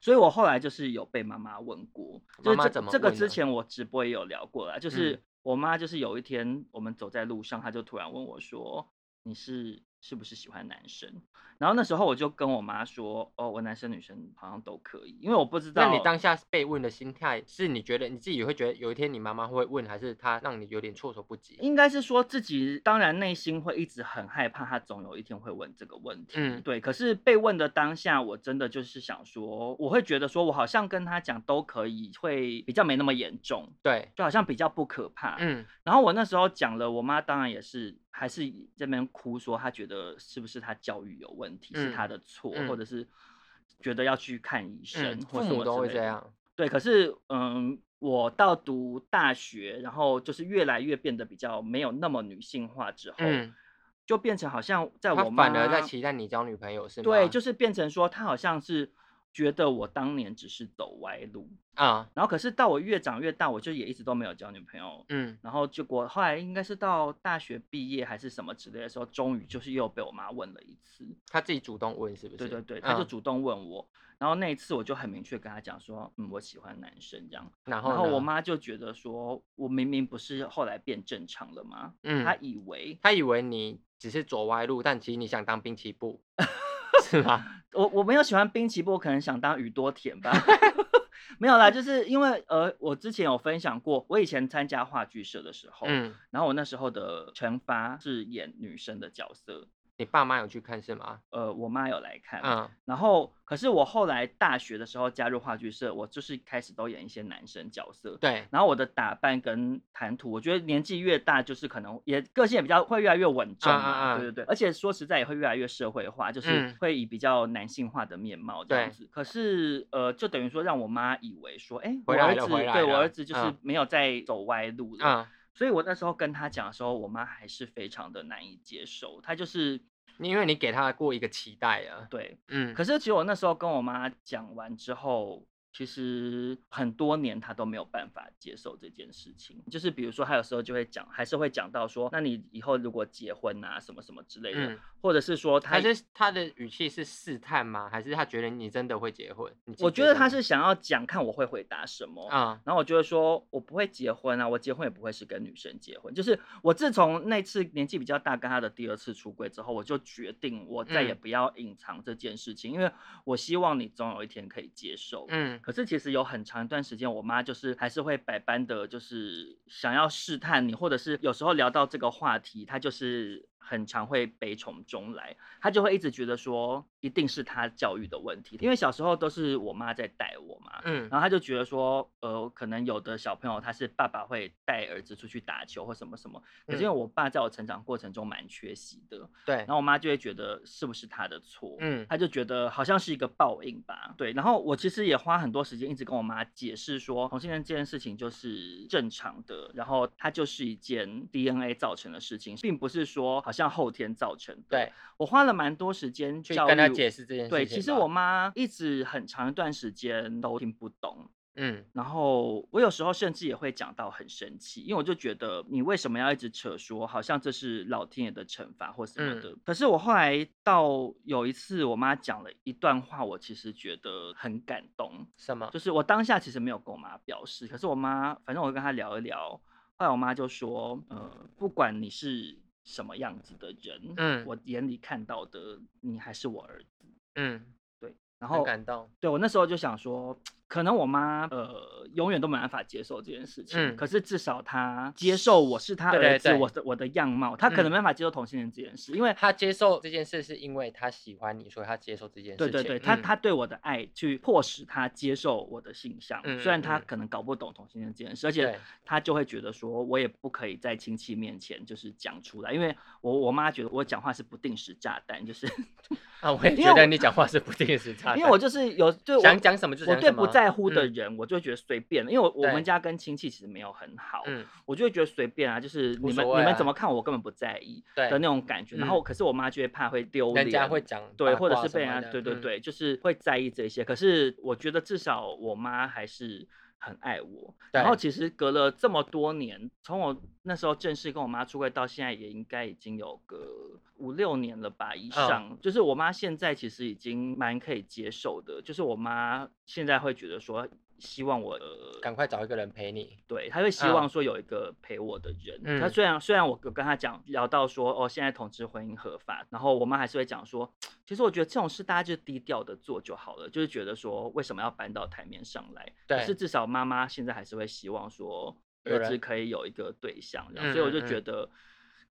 Speaker 3: 所以我后来就是有被妈妈问过，就
Speaker 1: 妈
Speaker 3: 是
Speaker 1: 妈
Speaker 3: 这
Speaker 1: 怎么
Speaker 3: 这个
Speaker 1: 问
Speaker 3: 之
Speaker 1: 呢
Speaker 3: 前我直播也有聊过啦，就是
Speaker 1: 嗯
Speaker 3: 我妈就是有一天我们走在路上，她就突然问我说：“你是是不是喜欢男生。然后那时候我就跟我妈说，哦，我男生女生好像都可以，因为我不知道。
Speaker 1: 那你当下被问的心态是你觉得你自己会觉得有一天你妈妈会问，还是她让你有点措手不及？
Speaker 3: 应该是说自己当然内心会一直很害怕，他总有一天会问这个问题。
Speaker 1: 嗯，
Speaker 3: 对，可是被问的当下，我真的就是想说，我会觉得说我好像跟他讲都可以，会比较没那么严重，
Speaker 1: 对，
Speaker 3: 就好像比较不可怕。
Speaker 1: 嗯，
Speaker 3: 然后我那时候讲了，我妈当然也是还是这边哭说，她觉得是不是她教育有问题，是她
Speaker 1: 嗯
Speaker 3: 的错，
Speaker 1: 嗯
Speaker 3: 或者是觉得要去看医生，
Speaker 1: 嗯
Speaker 3: 或
Speaker 1: 父
Speaker 3: 什么
Speaker 1: 母都
Speaker 3: 之
Speaker 1: 会
Speaker 3: 类
Speaker 1: 这
Speaker 3: 的。
Speaker 1: 样，
Speaker 3: 对，可是嗯，我到读大学，然后就是越来越变得比较没有那么女性化之后，
Speaker 1: 嗯，
Speaker 3: 就变成好像在
Speaker 1: 她
Speaker 3: 我妈
Speaker 1: 反而在期待你交女朋友是吗？
Speaker 3: 对，就是变成说她好像是觉得我当年只是走歪路，
Speaker 1: 啊，
Speaker 3: 然后可是到我越长越大，我就也一直都没有交女朋友。
Speaker 1: 嗯，
Speaker 3: 然后结果后来应该是到大学毕业还是什么之类的时候，终于就是又被我妈问了一次，
Speaker 1: 她自己主动问是不是？
Speaker 3: 对对对，她就
Speaker 1: 嗯，
Speaker 3: 主动问我，然后那一次我就很明确跟她讲说，嗯，我喜欢男生这样，
Speaker 1: 然后
Speaker 3: 然后我
Speaker 1: 呢，
Speaker 3: 妈就觉得说，我明明不是后来变正常了吗？
Speaker 1: 嗯，
Speaker 3: 她
Speaker 1: 她
Speaker 3: 以为
Speaker 1: 她以为你只是走歪路，但其实你想当兵棋 步，是吗？
Speaker 3: 我我没有喜欢滨崎步，我可能想当宇多田 吧。没有啦，就是因为呃，我之前有分享过，我以前参加话剧社的时候，
Speaker 1: 嗯，
Speaker 3: 然后我那时候的惩罚是演女生的角色，
Speaker 1: 你爸妈有去看是吗？
Speaker 3: 呃，我妈有来看，
Speaker 1: 嗯，
Speaker 3: 然后可是我后来大学的时候加入话剧社，我就是开始都演一些男生角色，
Speaker 1: 对，
Speaker 3: 然后我的打扮跟谈吐，我觉得年纪越大，就是可能也个性也比较会越来越稳重嘛，
Speaker 1: 啊啊啊
Speaker 3: 对对对，而且说实在也会越来越社会化，就是
Speaker 1: 嗯
Speaker 3: 会以比较男性化的面貌这样子。可是呃，就等于说让我妈以为说，哎，我
Speaker 1: 回来
Speaker 3: 儿
Speaker 1: 了
Speaker 3: 子
Speaker 1: 回来
Speaker 3: 对我
Speaker 1: 了
Speaker 3: 儿子就是
Speaker 1: 嗯
Speaker 3: 没有在走歪路了，
Speaker 1: 嗯，
Speaker 3: 所以我那时候跟她讲的时候，我妈还是非常的难以接受，她就是
Speaker 1: 你嗯因为你给她过一个期待啊，
Speaker 3: 对
Speaker 1: 嗯，
Speaker 3: 可是其实我那时候跟我妈讲完之后，其实很多年她都没有办法接受这件事情。就是比如说，她有时候就会讲，还是会讲到说，那你以后如果结婚啊，什么什么之类的，
Speaker 1: 嗯。
Speaker 3: 或者是说她
Speaker 1: 还。是他的语气是试探吗？还是他觉得你真的会结婚？你自己
Speaker 3: 我觉得
Speaker 1: 吗
Speaker 3: 她是想要讲，看我会回答什么。
Speaker 1: 啊、
Speaker 3: 然后我就会说，我不会结婚啊，我结婚也不会是跟女生结婚。就是我自从那次年纪比较大跟他的第二次出轨之后，我就决定我再也
Speaker 1: 嗯
Speaker 3: 不要隐藏这件事情，因为我希望你总有一天可以接受。
Speaker 1: 嗯，
Speaker 3: 可是其实有很长一段时间，我妈就是还是会百般的，就是想要试探你，或者是有时候聊到这个话题，她就是很常会悲从中来，她就会一直觉得说一定是她教育的问题，因为小时候都是我妈在带我嘛，
Speaker 1: 嗯
Speaker 3: 然后她就觉得说，呃，可能有的小朋友他是爸爸会带儿子出去打球或什么什么，
Speaker 1: 嗯
Speaker 3: 可是因为我爸在我成长过程中蛮缺席的，
Speaker 1: 对
Speaker 3: 然，后我妈就会觉得是不是她的错，
Speaker 1: 嗯
Speaker 3: 她就觉得好像是一个报应吧，对。然后我其实也花很多时间一直跟我妈解释说，同性恋这件事情就是正常的，然后它就是一件 DNA 造成的事情，并不是说好像后天造成的。
Speaker 1: 对，
Speaker 3: 我花了蛮多时间
Speaker 1: 去
Speaker 3: 教
Speaker 1: 跟他
Speaker 3: 育
Speaker 1: 解。释这件事情吧。
Speaker 3: 对，其实我妈一直很长一段时间都听不懂，
Speaker 1: 嗯
Speaker 3: 然后我有时候甚至也会讲到很生气，因为我就觉得你为什么要一直扯说，好像这是老天爷的惩罚或什么的。
Speaker 1: 嗯
Speaker 3: 可是我后来到有一次，我妈讲了一段话，我其实觉得很感动，
Speaker 1: 什么？
Speaker 3: 就是我当下其实没有跟我妈表示，可是我妈反正我跟她聊一聊，后来我妈就说，呃，不管你是什么样子的人，
Speaker 1: 嗯
Speaker 3: 我眼里看到的你还是我儿子。
Speaker 1: 嗯，
Speaker 3: 然
Speaker 1: 很
Speaker 3: 后
Speaker 1: 感动。
Speaker 3: 对我那时候就想说，可能我妈呃永远都没办法接受这件事情，
Speaker 1: 嗯
Speaker 3: 可是至少她接受我是她
Speaker 1: 对对
Speaker 3: 儿子，
Speaker 1: 对
Speaker 3: 我的我的样貌，她可能
Speaker 1: 嗯
Speaker 3: 没办法接受同性恋这件事，因为
Speaker 1: 他接受这件事是因为他喜欢你，所以他接受这件事
Speaker 3: 对
Speaker 1: 情。
Speaker 3: 对对，她
Speaker 1: 嗯
Speaker 3: 她对我的爱去迫使她接受我的性向，
Speaker 1: 嗯
Speaker 3: 虽
Speaker 1: 嗯
Speaker 3: 然她
Speaker 1: 嗯
Speaker 3: 可能搞不懂同性恋这件事，而且
Speaker 1: 对
Speaker 3: 她就会觉得说我也不可以在亲戚面前就是讲出来，因为我我妈觉得我讲话是不定时炸弹，就是
Speaker 1: 啊，我也
Speaker 3: 因为
Speaker 1: 觉得
Speaker 3: 我
Speaker 1: 你讲话是不定时差的，
Speaker 3: 因为我就是有对我
Speaker 1: 想讲什么就
Speaker 3: 我
Speaker 1: 讲
Speaker 3: 对
Speaker 1: 什么。
Speaker 3: 不在乎的
Speaker 1: 嗯
Speaker 3: 人，我就会觉得随便了，因为我我们
Speaker 1: 对
Speaker 3: 家跟亲戚其实没有很好，
Speaker 1: 嗯，
Speaker 3: 我就会觉得随便啊，就是
Speaker 1: 无
Speaker 3: 你们、
Speaker 1: 所谓
Speaker 3: 你们
Speaker 1: 啊
Speaker 3: 怎么看我根本不在意
Speaker 1: 对嗯
Speaker 3: 的那种感觉。然后可是我妈就会怕会丢脸，
Speaker 1: 人家会讲
Speaker 3: 对，
Speaker 1: 八
Speaker 3: 或者
Speaker 1: 卦
Speaker 3: 是
Speaker 1: 什
Speaker 3: 被
Speaker 1: 么
Speaker 3: 人家
Speaker 1: 的
Speaker 3: 对对
Speaker 1: 嗯
Speaker 3: 对，就是会在意这些。可是我觉得至少我妈还是很爱我。然后
Speaker 1: 对
Speaker 3: 其实隔了这么多年，从我那时候正式跟我妈出柜到现在，也应该已经有个五六年了吧以
Speaker 1: 嗯
Speaker 3: 上。就是我妈现在其实已经蛮可以接受的，就是我妈现在会觉得说。希望我呃
Speaker 1: 赶快找一个人陪你。
Speaker 3: 对，他会希
Speaker 1: 嗯
Speaker 3: 望说有一个陪我的人。他
Speaker 1: 嗯
Speaker 3: 虽然虽然我跟他讲聊到说哦，现在同志婚姻合法，然后我妈还是会讲说，其实我觉得这种事大家就低调的做就好了，就是觉得说为什么要搬到台面上来？可
Speaker 1: 对
Speaker 3: 是至少妈妈现在还是会希望说
Speaker 1: 有
Speaker 3: 儿子
Speaker 1: 人
Speaker 3: 可以有一个对象，这样所以我就
Speaker 1: 嗯嗯嗯
Speaker 3: 觉得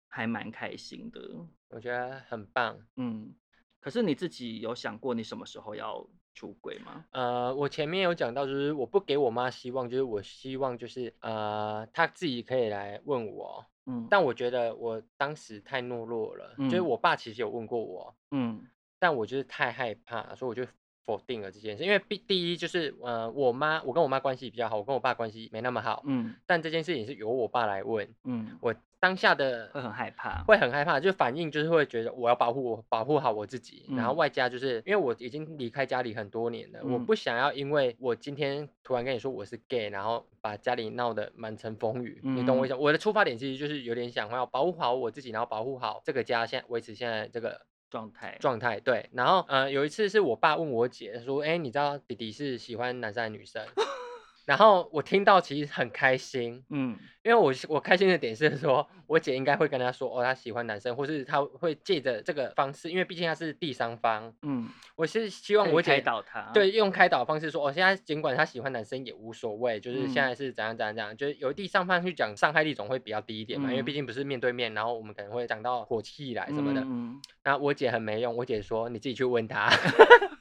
Speaker 3: 还蛮开心的。
Speaker 1: 我觉得很棒。
Speaker 3: 嗯，可是你自己有想过你什么时候要出轨吗？
Speaker 1: 呃，我前面有讲到，就是我不给我妈希望，就是我希望就是呃，她自己可以来问我。
Speaker 3: 嗯，
Speaker 1: 但我觉得我当时太懦弱了，就是
Speaker 3: 嗯
Speaker 1: 我爸其实有问过我，
Speaker 3: 嗯
Speaker 1: 但我就是太害怕，所以我就否定了这件事。因为第第一就是呃，我妈我跟我妈关系比较好，我跟我爸关系没那么好，
Speaker 3: 嗯
Speaker 1: 但这件事情是由我爸来问，
Speaker 3: 嗯，
Speaker 1: 我当下的
Speaker 3: 会很害怕。
Speaker 1: 会很害怕，就反应就是会觉得我要保护我保护好我自己，然后
Speaker 3: 嗯
Speaker 1: 外加就是因为我已经离开家里很多年了，我
Speaker 3: 嗯
Speaker 1: 不想要因为我今天突然跟你说我是 gay，然后把家里闹得满城风雨，你懂我意
Speaker 3: 嗯
Speaker 1: 思吗？我的出发点其实就是有点想要保护好我自己，然后保护好这个家，现在维持现在这个
Speaker 3: 状态，
Speaker 1: 状态。对，然后呃，有一次是我爸问我姐说：“哎、你知道弟弟是喜欢男生还是女生？”然后我听到其实很开心，
Speaker 3: 嗯
Speaker 1: 因为我是我开心的点是说，我姐应该会跟他说，哦，她喜欢男生，或是她会借着这个方式，因为毕竟她是第三方，
Speaker 3: 嗯，
Speaker 1: 我是希望
Speaker 3: 可以
Speaker 1: 我
Speaker 3: 开
Speaker 1: 姐
Speaker 3: 导他，
Speaker 1: 对用开导的方式说，哦，现在尽管她喜欢男生也无所谓，就是现
Speaker 3: 嗯
Speaker 1: 在是怎样怎样怎样，就是由第三方去讲，伤害力总会比较低一点嘛，因为毕
Speaker 3: 嗯
Speaker 1: 竟不是面对面，然后我们可能会讲到火气来
Speaker 3: 嗯，
Speaker 1: 什么的。
Speaker 3: 嗯
Speaker 1: 那我姐很没用，我姐说你自己去问她。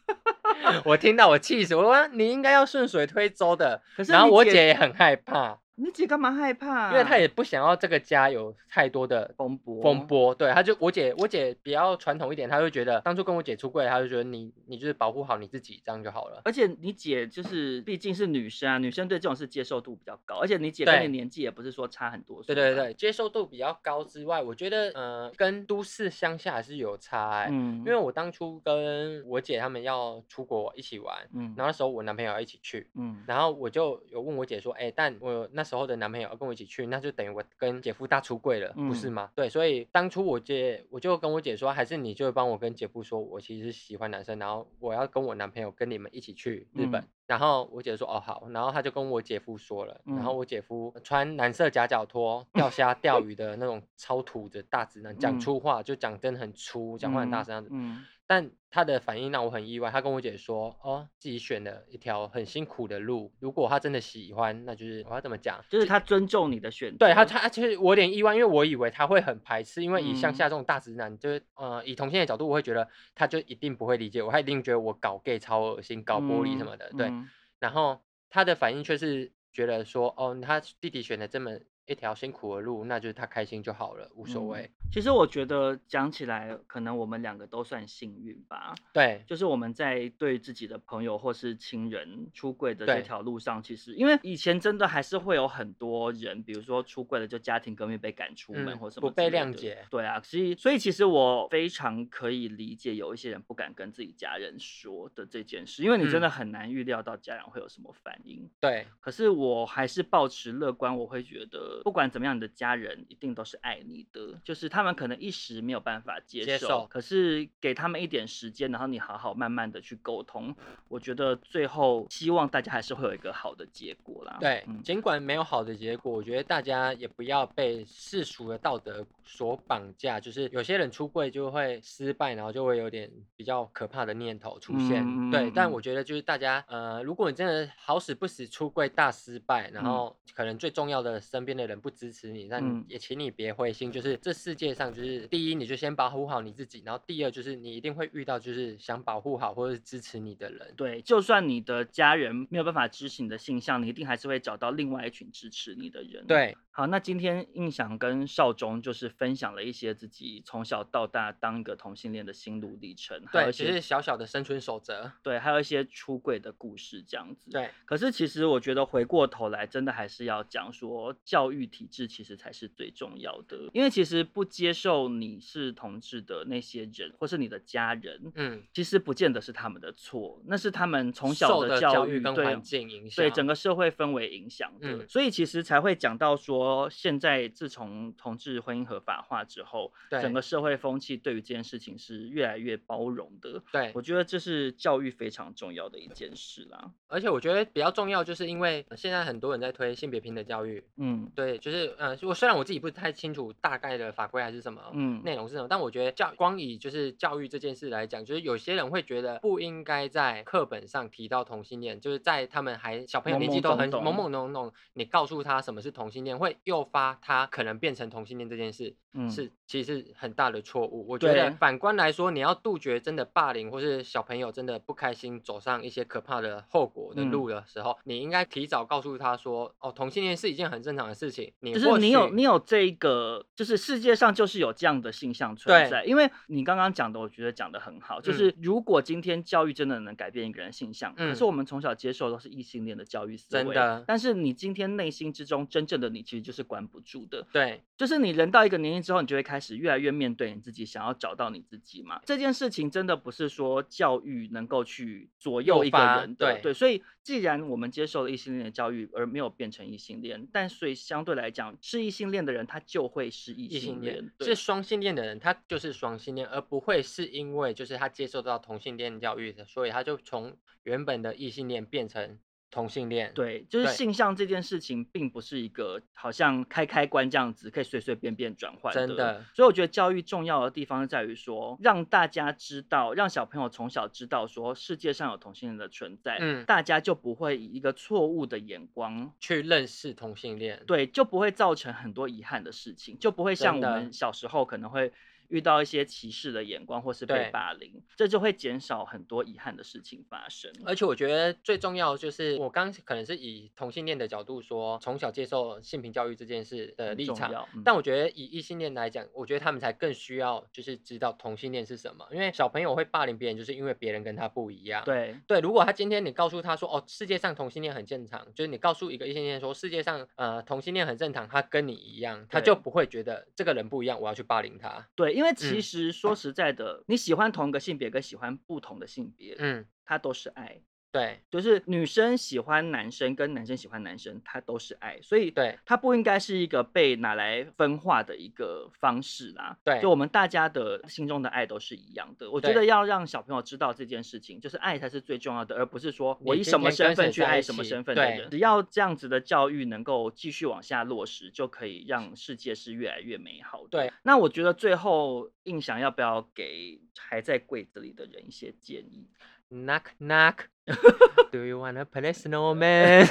Speaker 1: 我听到我气死，我说啊你应该要顺水推舟的，
Speaker 3: 可是
Speaker 1: 然后
Speaker 3: 你
Speaker 1: 我
Speaker 3: 姐
Speaker 1: 姐也很害怕。
Speaker 3: 你姐干嘛害怕？啊
Speaker 1: 因为他也不想要这个家有太多的
Speaker 3: 风波，
Speaker 1: 风，波。对，他就我姐，我姐比较传统一点，她就觉得当初跟我姐出柜，她就觉得你你就是保护好你自己，这样就好了。
Speaker 3: 而且你姐就是毕竟是女生啊，女生对这种事接受度比较高，而且你姐跟你
Speaker 1: 对
Speaker 3: 年纪也不是说差很多
Speaker 1: 对
Speaker 3: 岁，
Speaker 1: 对，对，接受度比较高之外，我觉得呃，跟都市乡下还是有差、欸。
Speaker 3: 嗯，
Speaker 1: 因为我当初跟我姐他们要出国一起玩，
Speaker 3: 嗯，
Speaker 1: 然后那时候我男朋友要一起去，
Speaker 3: 嗯
Speaker 1: 然后我就有问我姐说，哎、但我那时候的男朋友要跟我一起去，那就等于我跟姐夫大出柜了，不是
Speaker 3: 嗯
Speaker 1: 吗？对，所以当初我姐我就跟我姐说，还是你就帮我跟姐夫说，我其实是喜欢男生，然后我要跟我男朋友跟你们一起去日本。
Speaker 3: 嗯
Speaker 1: 然后我姐说哦好，然后她就跟我姐夫说了，然后
Speaker 3: 嗯
Speaker 1: 我姐夫穿蓝色夹脚拖、 钓虾、钓鱼的那种超土的大直男，讲
Speaker 3: 嗯
Speaker 1: 粗话就讲真的很粗，讲话很大声
Speaker 3: 嗯
Speaker 1: 这啊样子。
Speaker 3: 嗯
Speaker 1: 但他的反应让我很意外，他跟我姐说：“哦，自己选了一条很辛苦的路，如果他真的喜欢，那就是我要怎么讲？
Speaker 3: 就是她嗯尊重你的选择，
Speaker 1: 对他，他就是我有点意外，因为我以为他会很排斥，因为以像
Speaker 3: 嗯
Speaker 1: 下这种大直男，就是呃，以同性的角度，我会觉得他就一定不会理解我，他一定觉得我搞 gay 超恶心，搞玻璃什
Speaker 3: 嗯
Speaker 1: 么的。对，
Speaker 3: 嗯
Speaker 1: 然后他的反应却是觉得说：哦，他弟弟选了这么一条辛苦的路，那就是他开心就好了，无所
Speaker 3: 嗯
Speaker 1: 谓。
Speaker 3: 其实我觉得讲起来，可能我们两个都算幸运吧。
Speaker 1: 对，
Speaker 3: 就是我们在对自己的朋友或是亲人出柜的这
Speaker 1: 对
Speaker 3: 条路上，其实因为以前真的还是会有很多人，比如说出柜了就家庭革命被赶出门
Speaker 1: 嗯
Speaker 3: 或什
Speaker 1: 不
Speaker 3: 么之类
Speaker 1: 被谅
Speaker 3: 的
Speaker 1: 解
Speaker 3: 对啊，所以所以其实我非常可以理解有一些人不敢跟自己家人说的这件事，因为你真的
Speaker 1: 嗯
Speaker 3: 很难预料到家人会有什么反应。
Speaker 1: 对，
Speaker 3: 可是我还是保持乐观，我会觉得不管怎么样，你的家人一定都是爱你的，就是他们可能一时没有办法接受，
Speaker 1: 接受
Speaker 3: 可是给他们一点时间，然后你好好慢慢的去沟通，我觉得最后希望大家还是会有一个好的结果啦。
Speaker 1: 对
Speaker 3: 嗯，
Speaker 1: 尽管没有好的结果，我觉得大家也不要被世俗的道德所绑架。就是有些人出柜就会失败，然后就会有点比较可怕的念头出现。
Speaker 3: 嗯嗯
Speaker 1: 对，
Speaker 3: 嗯
Speaker 1: 但
Speaker 3: 嗯
Speaker 1: 我觉得就是大家，呃，如果你真的好死不死出柜大失败，然
Speaker 3: 嗯
Speaker 1: 后可能最重要的身边的人不支持你，那
Speaker 3: 嗯
Speaker 1: 你也请你别灰心。就是这世界上，就是第一，你就先保护好你自己，然后第二，就是你一定会遇到就是想保护好或者是支持你的人。
Speaker 3: 对，就算你的家人没有办法支持你的性向，你一定还是会找到另外一群支持你的人。
Speaker 1: 对，
Speaker 3: 好，那今天印象跟少中就是分享了一些自己从小到大当一个同性恋的心路历程，还有
Speaker 1: 对，
Speaker 3: 一
Speaker 1: 只
Speaker 3: 些
Speaker 1: 是小小的生存守则。
Speaker 3: 对，还有一些出柜的故事这样子。，
Speaker 1: 对，
Speaker 3: 可是其实我觉得回过头来，真的还是要讲说，教教育体制其实才是最重要的，因为其实不接受你是同志的那些人，或是你的家人，
Speaker 1: 嗯，
Speaker 3: 其实不见得是他们的错，那是他们从小
Speaker 1: 受的
Speaker 3: 教
Speaker 1: 育跟
Speaker 3: 对啊
Speaker 1: 环境影响，
Speaker 3: 对整个社会氛围影响的，
Speaker 1: 嗯
Speaker 3: 所以其实才会讲到说，现在自从同志婚姻合法化之后，
Speaker 1: 对
Speaker 3: 整个社会风气对于这件事情是越来越包容的。
Speaker 1: 对
Speaker 3: 我觉得这是教育非常重要的一件事啦。
Speaker 1: 而且我觉得比较重要，就是因为呃现在很多人在推性别平等教育，
Speaker 3: 嗯
Speaker 1: 对，就是呃，我虽然我自己不太清楚大概的法规还是什么。
Speaker 3: 嗯，
Speaker 1: 内容是什么？但我觉得教光以就是教育这件事来讲，就是有些人会觉得不应该在课本上提到同性恋，就是在他们还小朋友
Speaker 3: 懵
Speaker 1: 年纪
Speaker 3: 懵
Speaker 1: 都
Speaker 3: 懂
Speaker 1: 很
Speaker 3: 懂
Speaker 1: 懵懵懂懂，你告诉他什么是同性恋，会诱发他可能变成同性恋这件事，
Speaker 3: 嗯
Speaker 1: 是其实是很大的错误。我觉
Speaker 3: 对
Speaker 1: 得反观来说，你要杜绝真的霸凌或是小朋友真的不开心走上一些可怕的后果的
Speaker 3: 嗯
Speaker 1: 路的时候，你应该提早告诉他说，哦，同性恋是一件很正常的事情。你
Speaker 3: 就是
Speaker 1: 或
Speaker 3: 你有
Speaker 1: 许
Speaker 3: 你有这一个，就是世界上就是有这样的现象
Speaker 1: 对嗯
Speaker 3: 存在。因为你刚刚讲的，我觉得讲的很好，就是如果今天教育真的能改变一个人性向，可是
Speaker 1: 嗯
Speaker 3: 我们从小接受都是异性恋的教育思维，
Speaker 1: 真的
Speaker 3: 但是你今天内心之中真正的你其实就是关不住的，
Speaker 1: 对
Speaker 3: 就是你人到一个年龄之后，你就会开始越来越面对你自己，想要找到你自己嘛。这件事情真的不是说教育能够去左右
Speaker 1: 诱
Speaker 3: 一个
Speaker 1: 发
Speaker 3: 人的，
Speaker 1: 对
Speaker 3: 所以既然我们接受了异性恋的教育，而没有变成异性恋，但所以相对来讲，是异性恋的人他就会是异
Speaker 1: 异性
Speaker 3: 恋
Speaker 1: 恋，
Speaker 3: 对
Speaker 1: 是双性恋的人，他就是双性恋，而不会是因为就是他接受到同性恋教育的，所以他就从原本的异性恋变成同性恋。
Speaker 3: 对，就是
Speaker 1: 对
Speaker 3: 性向这件事情，并不是一个好像开开关这样子可以随随便便转换
Speaker 1: 真的
Speaker 3: 所以我觉得教育重要的地方是在于说，让大家知道，让小朋友从小知道说世界上有同性人的存在，
Speaker 1: 嗯
Speaker 3: 大家就不会以一个错误的眼光。
Speaker 1: 去认识同性恋。
Speaker 3: 对，就不会造成很多遗憾的事情，就不会像我
Speaker 1: 真的
Speaker 3: 们小时候可能会遇到一些歧视的眼光或是被
Speaker 1: 对
Speaker 3: 霸凌，这就会减少很多遗憾的事情发生。
Speaker 1: 而且我觉得最重要的就是，我刚可能是以同性恋的角度说，从小接受性平教育这件事的
Speaker 3: 很
Speaker 1: 立
Speaker 3: 重
Speaker 1: 场
Speaker 3: 要，嗯
Speaker 1: 但我觉得以异性恋来讲，我觉得他们才更需要就是知道同性恋是什么，因为小朋友会霸凌别人，就是因为别人跟他不一样。
Speaker 3: 对，
Speaker 1: 对，如果他今天你告诉他说，哦，世界上同性恋很正常，就是你告诉一个异性恋说，世界上呃同性恋很正常，他跟你一样，他就
Speaker 3: 对
Speaker 1: 不会觉得这个人不一样，我要去霸凌他。
Speaker 3: 对，因为其
Speaker 1: 嗯
Speaker 3: 实说实在的，你喜欢同一个性别跟喜欢不同的性别，
Speaker 1: 嗯，
Speaker 3: 它都是爱。
Speaker 1: 对
Speaker 3: 就是女生喜欢男生跟男生喜欢男生，它都是爱，所以
Speaker 1: 对
Speaker 3: 它不应该是一个被拿来分化的一个方式啦。
Speaker 1: 对
Speaker 3: 就我们大家的心中的爱都是一样的。我觉
Speaker 1: 对
Speaker 3: 得要让小朋友知道这件事情，就是爱才是最重要的，而不是说我
Speaker 1: 你
Speaker 3: 以
Speaker 1: 今
Speaker 3: 什么
Speaker 1: 天跟
Speaker 3: 身份
Speaker 1: 谁
Speaker 3: 去
Speaker 1: 在
Speaker 3: 爱
Speaker 1: 一
Speaker 3: 什么
Speaker 1: 起
Speaker 3: 身份的
Speaker 1: 对
Speaker 3: 人。只要这样子的教育能够继续往下落实，就可以让世界是越来越美好的。
Speaker 1: 对，
Speaker 3: 那我觉得最后印象要不要给还在柜子里的人一些建议？
Speaker 1: ，knock knock，Do you wanna play snowman？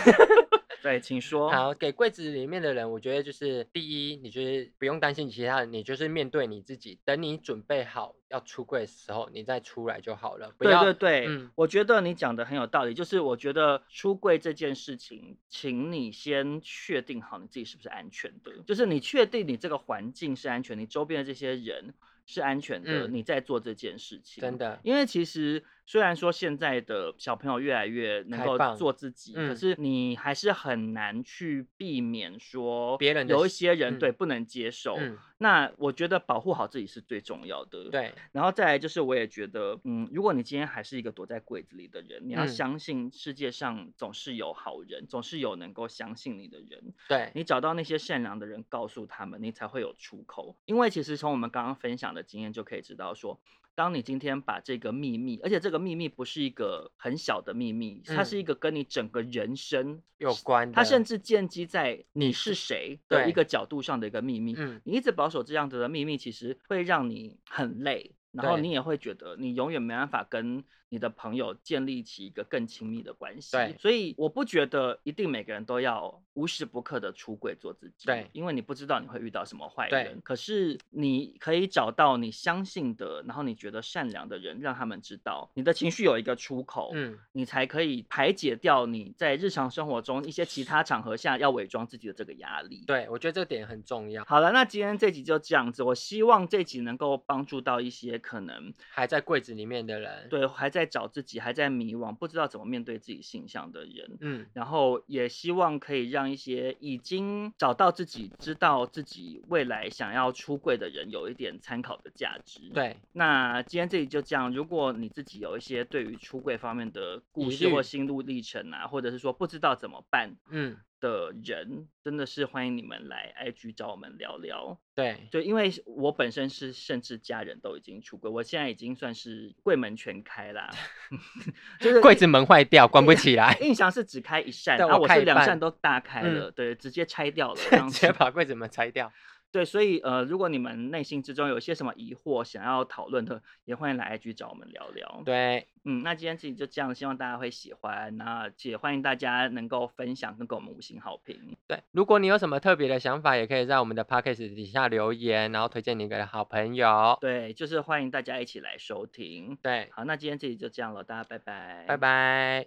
Speaker 3: 对，请说。
Speaker 1: 好，给柜子里面的人，我觉得就是第一，你就是不用担心其他人，你就是面对你自己，等你准备好要出柜的时候，你再出来就好了，不
Speaker 3: 对
Speaker 1: 要
Speaker 3: 对对，
Speaker 1: 嗯
Speaker 3: 我觉得你讲的很有道理。就是我觉得出柜这件事情，请你先确定好你自己是不是安全的，就是你确定你这个环境是安全，你周边的这些人是安全的，
Speaker 1: 嗯
Speaker 3: 你再做这件事情。
Speaker 1: 真的
Speaker 3: 因为其实虽然说现在的小朋友越来越能
Speaker 1: 开
Speaker 3: 够
Speaker 1: 放
Speaker 3: 做自己，可
Speaker 1: 嗯
Speaker 3: 是你还是很难去避免说
Speaker 1: 别人的
Speaker 3: 有一
Speaker 1: 喜
Speaker 3: 些人、
Speaker 1: 嗯
Speaker 3: 对不能接受。
Speaker 1: 嗯，
Speaker 3: 那我觉得保护好自己是最重要的。。
Speaker 1: 对
Speaker 3: 然后再来就是，我也觉得，嗯，如果你今天还是一个躲在柜子里的人，你要
Speaker 1: 嗯
Speaker 3: 相信世界上总是有好人，总是有能够相信你的人。
Speaker 1: 对，
Speaker 3: 你找到那些善良的人，告诉他们，你才会有出口。因为其实从我们刚刚分享的经验就可以知道说。当你今天把这个秘密，而且这个秘密不是一个很小的秘密，它是
Speaker 1: 嗯
Speaker 3: 一个跟你整个人生
Speaker 1: 有关的，
Speaker 3: 它甚至建基在你是谁的
Speaker 1: 对
Speaker 3: 一个角度上的一个秘密。
Speaker 1: 嗯
Speaker 3: 你一直保守这样子的秘密，其实会让你很累，然后
Speaker 1: 对
Speaker 3: 你也会觉得你永远没办法跟你的朋友建立起一个更亲密的关系
Speaker 1: 对。
Speaker 3: 所以我不觉得一定每个人都要无时不刻的出轨做自己，
Speaker 1: 对
Speaker 3: 因为你不知道你会遇到什么坏
Speaker 1: 对
Speaker 3: 人。可是你可以找到你相信的，然后你觉得善良的人，让他们知道你的情绪有一个出口。
Speaker 1: 嗯。
Speaker 3: 你才可以排解掉你在日常生活中一些其他场合下要伪装自己的这个压力。，
Speaker 1: 对，我觉得这点很重要。
Speaker 3: 好了，那今天这集就这样子。我希望这集能够帮助到一些可能
Speaker 1: 还在柜子里面的人，
Speaker 3: 对还在找自己、还在迷惘、不知道怎么面对自己性向的人。
Speaker 1: 嗯，
Speaker 3: 然后也希望可以让一些已经找到自己、知道自己未来想要出柜的人有一点参考的价值。，
Speaker 1: 对，
Speaker 3: 那今天这里就这样。如果你自己有一些对于出柜方面的故
Speaker 1: 疑
Speaker 3: 事
Speaker 1: 虑
Speaker 3: 或心路历程啊，或者是说不知道怎么办
Speaker 1: 嗯，
Speaker 3: 的人，真的是欢迎你们来 IG 找我们聊聊。
Speaker 1: 对，
Speaker 3: 对，因为我本身是，甚至家人都已经出柜，我现在已经算是柜门全开啦， 就是
Speaker 1: 柜子门坏掉，关不起来，
Speaker 3: 印象是只开一扇，
Speaker 1: 对
Speaker 3: 然后
Speaker 1: 我
Speaker 3: 我
Speaker 1: 开
Speaker 3: 是
Speaker 1: 一
Speaker 3: 两
Speaker 1: 半
Speaker 3: 扇都大开
Speaker 1: 嗯
Speaker 3: 了，对，直接拆掉了这样
Speaker 1: 直
Speaker 3: 子
Speaker 1: 接。把柜子门拆掉。
Speaker 3: 对，所以呃，如果你们内心之中有些什么疑惑想要讨论的，也欢迎来 IG 找我们聊聊。
Speaker 1: 对，
Speaker 3: 嗯，那今天这集就这样，希望大家会喜欢。那也欢迎大家能够分享，跟给我们五星好评。
Speaker 1: 对，如果你有什么特别的想法，也可以在我们的 podcast 底下留言，然后推荐你给好朋友。
Speaker 3: 对，就是欢迎大家一起来收听。
Speaker 1: 对，
Speaker 3: 好，那今天这集就这样了，大家拜拜，
Speaker 1: 拜。拜。